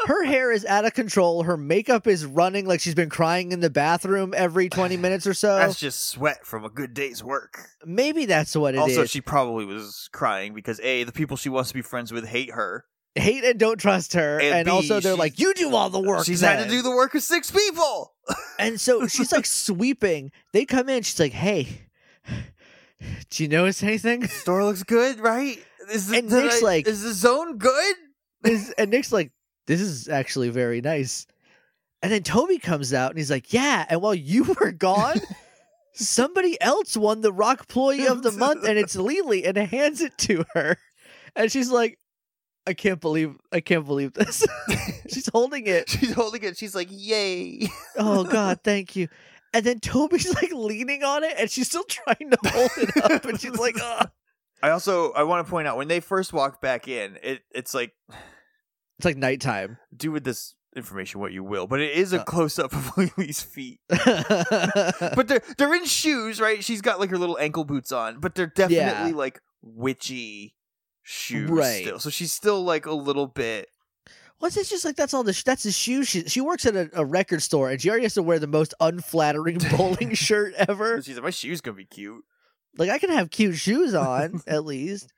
Her hair is out of control. Her makeup is running like she's been crying in the bathroom every 20 minutes or so.
That's just sweat from a good day's work.
Maybe that's what it is.
also, she probably was crying because A, the people she wants to be friends with hate her.
Hate and don't trust her.
And
And,
B,
also, they're
she's-
like, you do all the work.
She's
then.
had to do the work of six people.
And so she's like sweeping. They come in. She's like, hey, do you notice anything?
Store looks good, right? Is the,
And Nick's
did I-
like-
is the zone good?
This- and Nick's like, this is actually very nice. And then Toby comes out and he's like, yeah. And while you were gone, somebody else won the rock ploy of the month and it's Lily and hands it to her. And she's like, I can't believe, I can't believe this. she's holding it.
She's holding it. She's like, "Yay!"
Oh God, thank you. And then Toby's like leaning on it and she's still trying to hold it up. And she's like, "Ugh."
I also I want to point out when they first walk back in, it it's like
it's like nighttime.
do with this information what you will, but it is a
Uh.
close up of Lily's feet. But they're they're in shoes, right? She's got like her little ankle boots on, but they're definitely
Yeah.
like witchy shoes
Right.
still. So she's still like a little bit.
What's it's just like that's all the sh- that's his shoe. She she works at a, a record store and she already has to wear the most unflattering bowling shirt ever.
She's like, "My shoes gonna be cute.
Like I can have cute shoes on at least.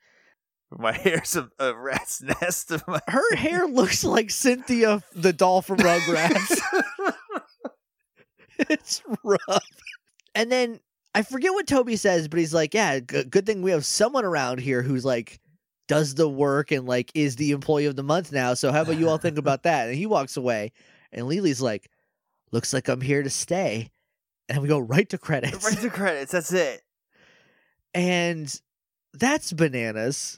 My hair's a, a rat's nest." of my
Her hair looks like Cynthia the doll from Rugrats. it's rough. And then I forget what Toby says, but he's like, "Yeah, g- good thing we have someone around here who's like." Does the work and like is the employee of the month now. So how about you all think about that? And he walks away, and Lily's like, "Looks like I'm here to stay," and we go right to credits.
right to credits. That's it.
and that's bananas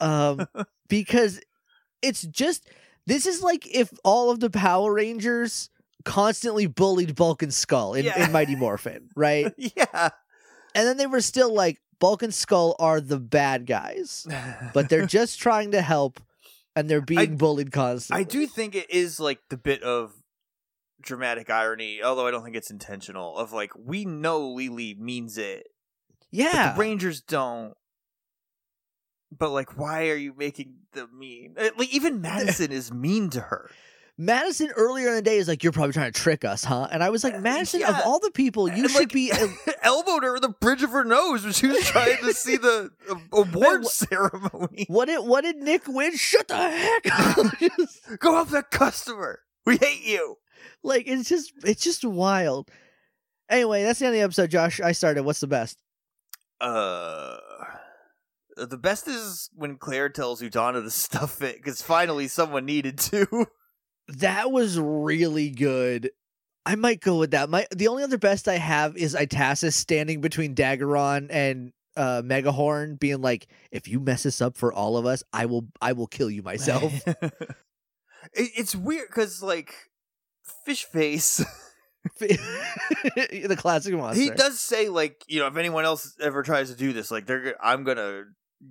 um because it's just this is like if all of the power rangers constantly bullied bulk and skull in,
Yeah.
in mighty morphin right
yeah.
and then they were still like bulk and skull are the bad guys but they're just trying to help and they're being bullied constantly
I do think it is like the bit of dramatic irony, although I don't think it's intentional, of like we know Lily means it. But
yeah
the Rangers don't. But like why are you making them mean? Uh, Like even Madison is mean to her.
madison earlier in the day is like you're probably trying to trick us huh and i was like madison
Uh, Yeah.
of all the people you
And,
should
like,
be
elbowed her with the bridge of her nose when she was trying to see the uh, award
wha-
ceremony.
what did what did nick win shut the heck up Just-
Go up that customer. We hate you.
like it's just it's just wild anyway that's the end of the episode josh i started what's the best
uh the best is when Claire tells Udana to stuff it because finally someone needed to.
that was really good i might go with that my the only other best i have is itasis standing between daggeron and uh megahorn being like if you mess this up for all of us i will i will kill you myself
it, it's weird because like Fish Face,
the classic monster
he does say like you know if anyone else ever tries to do this, like they're go- I'm gonna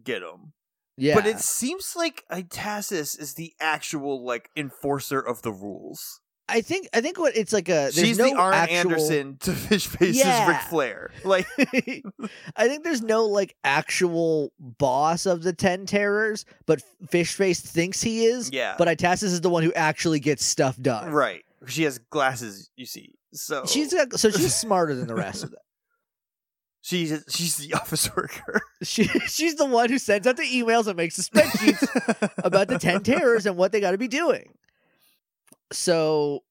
get them.
yeah
But it seems like Itasis is the actual like enforcer of the rules.
I think I think what it's like a Uh, there's
She's
no
the Arn
actual...
Anderson to Fish Face's
Yeah.
Ric Flair. Like,
I think there's no like actual boss of the Ten Terrors, but Fishface thinks he is.
yeah,
But Itasis is the one who actually gets stuff done.
right. She has glasses. You see, so
She's got, so she's smarter than the rest of them.
she's she's the office worker.
She, she's the one who sends out the emails and makes the spreadsheets about the 10 terrors and what they got to be doing. So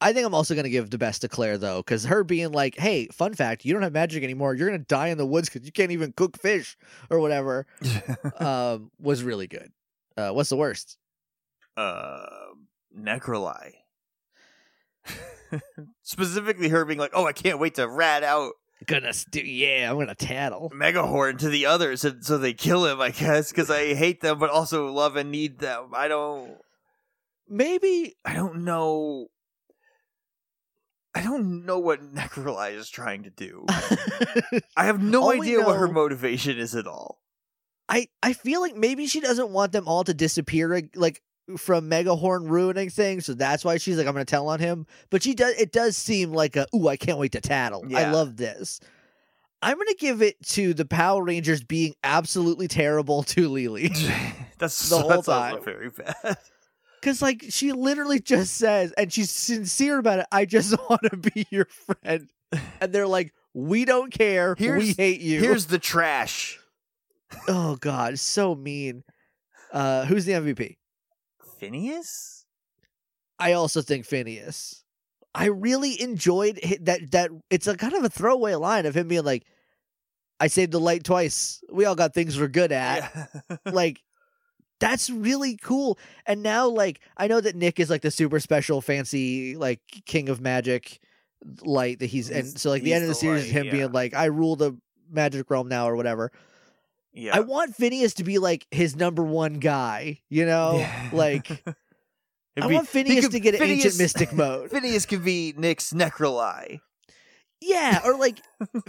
I think I'm also going to give the best to Claire, though, because her being like, hey, fun fact, you don't have magic anymore. You're going to die in the woods because you can't even cook fish or whatever um, was really good. Uh, what's the worst?
uh, Necroli. Specifically, her being like, "Oh, I can't wait to rat out
Gonna st- yeah, I'm gonna tattle.
Megahorn to the others, and so they kill him. I guess because I hate them, but also love and need them. I don't,
Maybe
I don't know, I don't know what Necroli is trying to do. I have no
All we
idea what her
know-
motivation is at all.
I I feel like maybe she doesn't want them all to disappear like- like from Megahorn ruining things, so that's why she's like, I'm gonna tell on him. But she does it does seem like a ooh, I can't wait to tattle. I
Yeah.
love this. I'm gonna give it to the Power Rangers being absolutely terrible to Lily.
that's
The whole
that's also
time.
very bad.
Cause like she literally just says, and she's sincere about it, I just wanna be your friend. And they're like, We don't care. we
Here's-
hate you.
Here's the trash.
oh god, so mean. Uh who's the MVP?
Phineas.
I also think Phineas. I really enjoyed hi- that. That it's a kind of a throwaway line of him being like, "I saved the light twice. We all got things we're good at."
Yeah.
Like, that's really cool. And now, like, I know that Nick is like the super special, fancy, like king of magic light that he's, and
He's-
so like the
he's
end of the,
the
series is
light,
him
yeah.
being like, "I rule the magic realm now" or whatever.
yeah.
I want Phineas to be like his number one guy. You know,
Yeah.
like. I
It'd be-
want Phineas
could-
to get an ancient
Phineas-
mystic mode.
Phineas could be Nick's Necroli.
Yeah, or like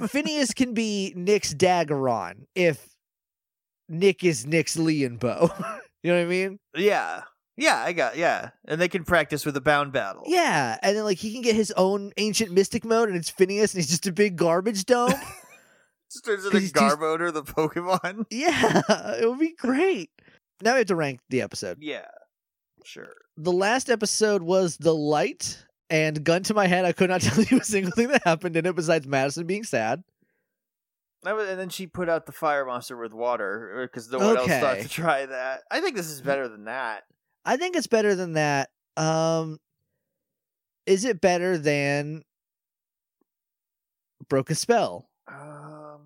Phineas can be Nick's Daggeron if Nick is Nick's Leonbow. you know what I mean?
Yeah. Yeah, I got yeah. And they can practice with a bound battle.
Yeah, and then like he can get his own ancient mystic mode, and it's Phineas, and he's just a big garbage dump.
Just turns into
He's just-
Garbo or the Pokemon.
yeah, it would be great. Now we have to rank the episode.
Yeah. Sure.
The last episode was the light, and gun to my head, I could not tell you a single thing that happened in it besides Madison being sad.
That was, and then she put out the fire monster with water because no one else
Okay.
thought to try that. I think this is better than that.
I think it's better than that. Um is it better than Broken Spell?
Um,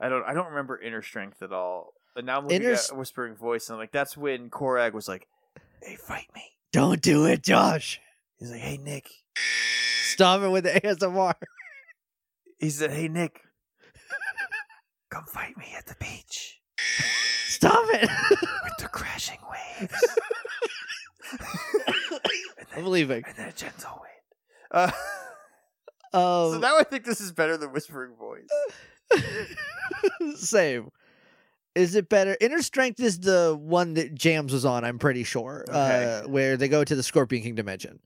I don't. I don't remember inner strength at all. But now I'm looking
Inner s-
at whispering voice, and I'm like, that's when Korag was like, "Hey, fight me."
Don't do it, Josh.
He's like, "Hey, Nick."
Stop it with the ASMR.
He said, "Hey, Nick, come fight me at the beach
Stop it.
with the crashing waves and,
I'm
then,
leaving.
and then a gentle wind." Uh,
Um,
so now I think this is better than whispering voice.
same. Is it better? Inner Strength is the one that Jams was on, I'm pretty sure,
Okay.
uh, where they go to the Scorpion King dimension.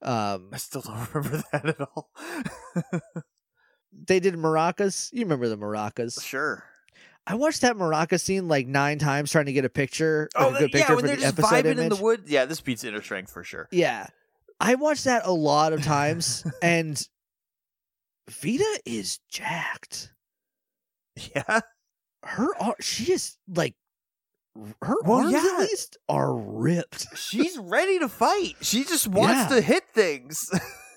Um,
I still don't remember that at all.
they did maracas. You remember the maracas?
sure.
I watched that maraca scene like nine times trying to get a picture, like a good
Oh, yeah,
picture
when
for
they're
the
just
episode
vibing
image.
in the woods. Yeah, this beats inner strength for sure.
yeah, I watched that a lot of times, and Vita is jacked.
Yeah,
Her ar- she is like her
Well,
arms at
yeah.
least are ripped.
she's ready to fight. She just wants
Yeah.
to hit things.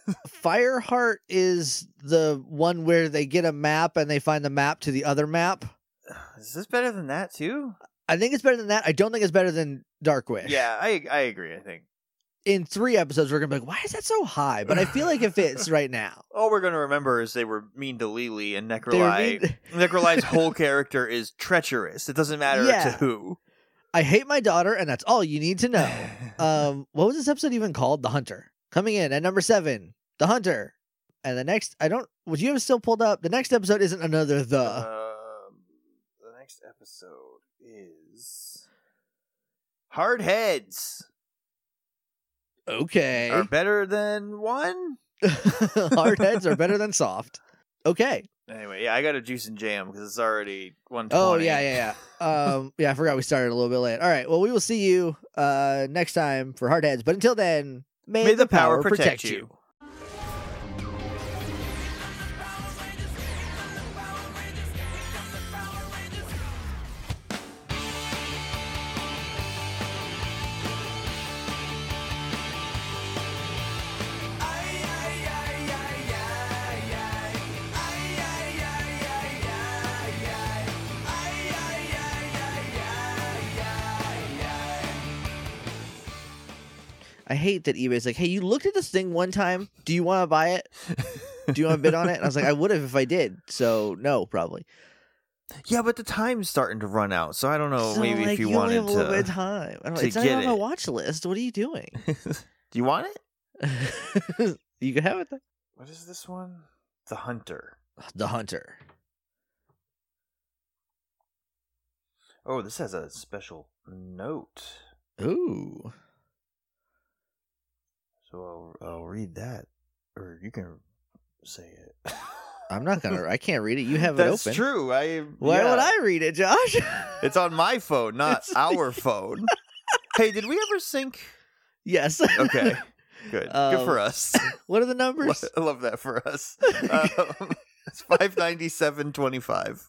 Fireheart is the one where they get a map and they find the map to the other map.
is this better than that too?
I think it's better than that. I don't think it's better than Dark Wish.
Yeah, I I agree. I think.
In three episodes, we're gonna be like, why is that so high? But I feel like it fits right now.
All we're gonna remember is they were mean to Lily and
They were
Necroli.
mean-
Necroli's whole character is treacherous. It doesn't matter to
Yeah.
who.
I hate my daughter, and that's all you need to know. Um, what was this episode even called? The Hunter. Coming in at number seven, The Hunter. And the next, I don't, would you have still pulled up? The next episode isn't another The.
Um, the next episode is Hard Heads.
Okay.
are better than one.
Hard heads are better than soft. Okay.
Anyway, yeah, I got a juice and jam because it's already one twenty.
Oh yeah, yeah, yeah. Um, yeah, I forgot we started a little bit late. All right. Well, we will see you uh next time for hard heads. But until then, may,
May the power protect you.
I hate that eBay's like, hey, you looked at this thing one time. Do you want to buy it? Do you want to bid on it? And I was like, I would have if I did. So no, probably.
Yeah, but the time's starting to run out, so I don't know.
So,
Oh, maybe
like,
if you,
you only
wanted
have a little bit of
to,
time. I don't,
to
it's not even
get
on my
it.
watch list. What are you doing?
do you want it?
you can have it. Though.
What is this one? The Hunter.
The hunter.
Oh, this has a special note,
Ooh.
so I'll I'll read that, or you can say it.
I'm not gonna. I can't read it. You have
That's
it open.
true. I
Why
yeah.
would I read it, Josh?
It's on my phone, not
It's-
our phone. hey, did we ever sync?
yes.
Okay, good.
Um,
good for us.
What are the
Lo-
numbers?
I love that for us. Um, it's five ninety seven twenty five.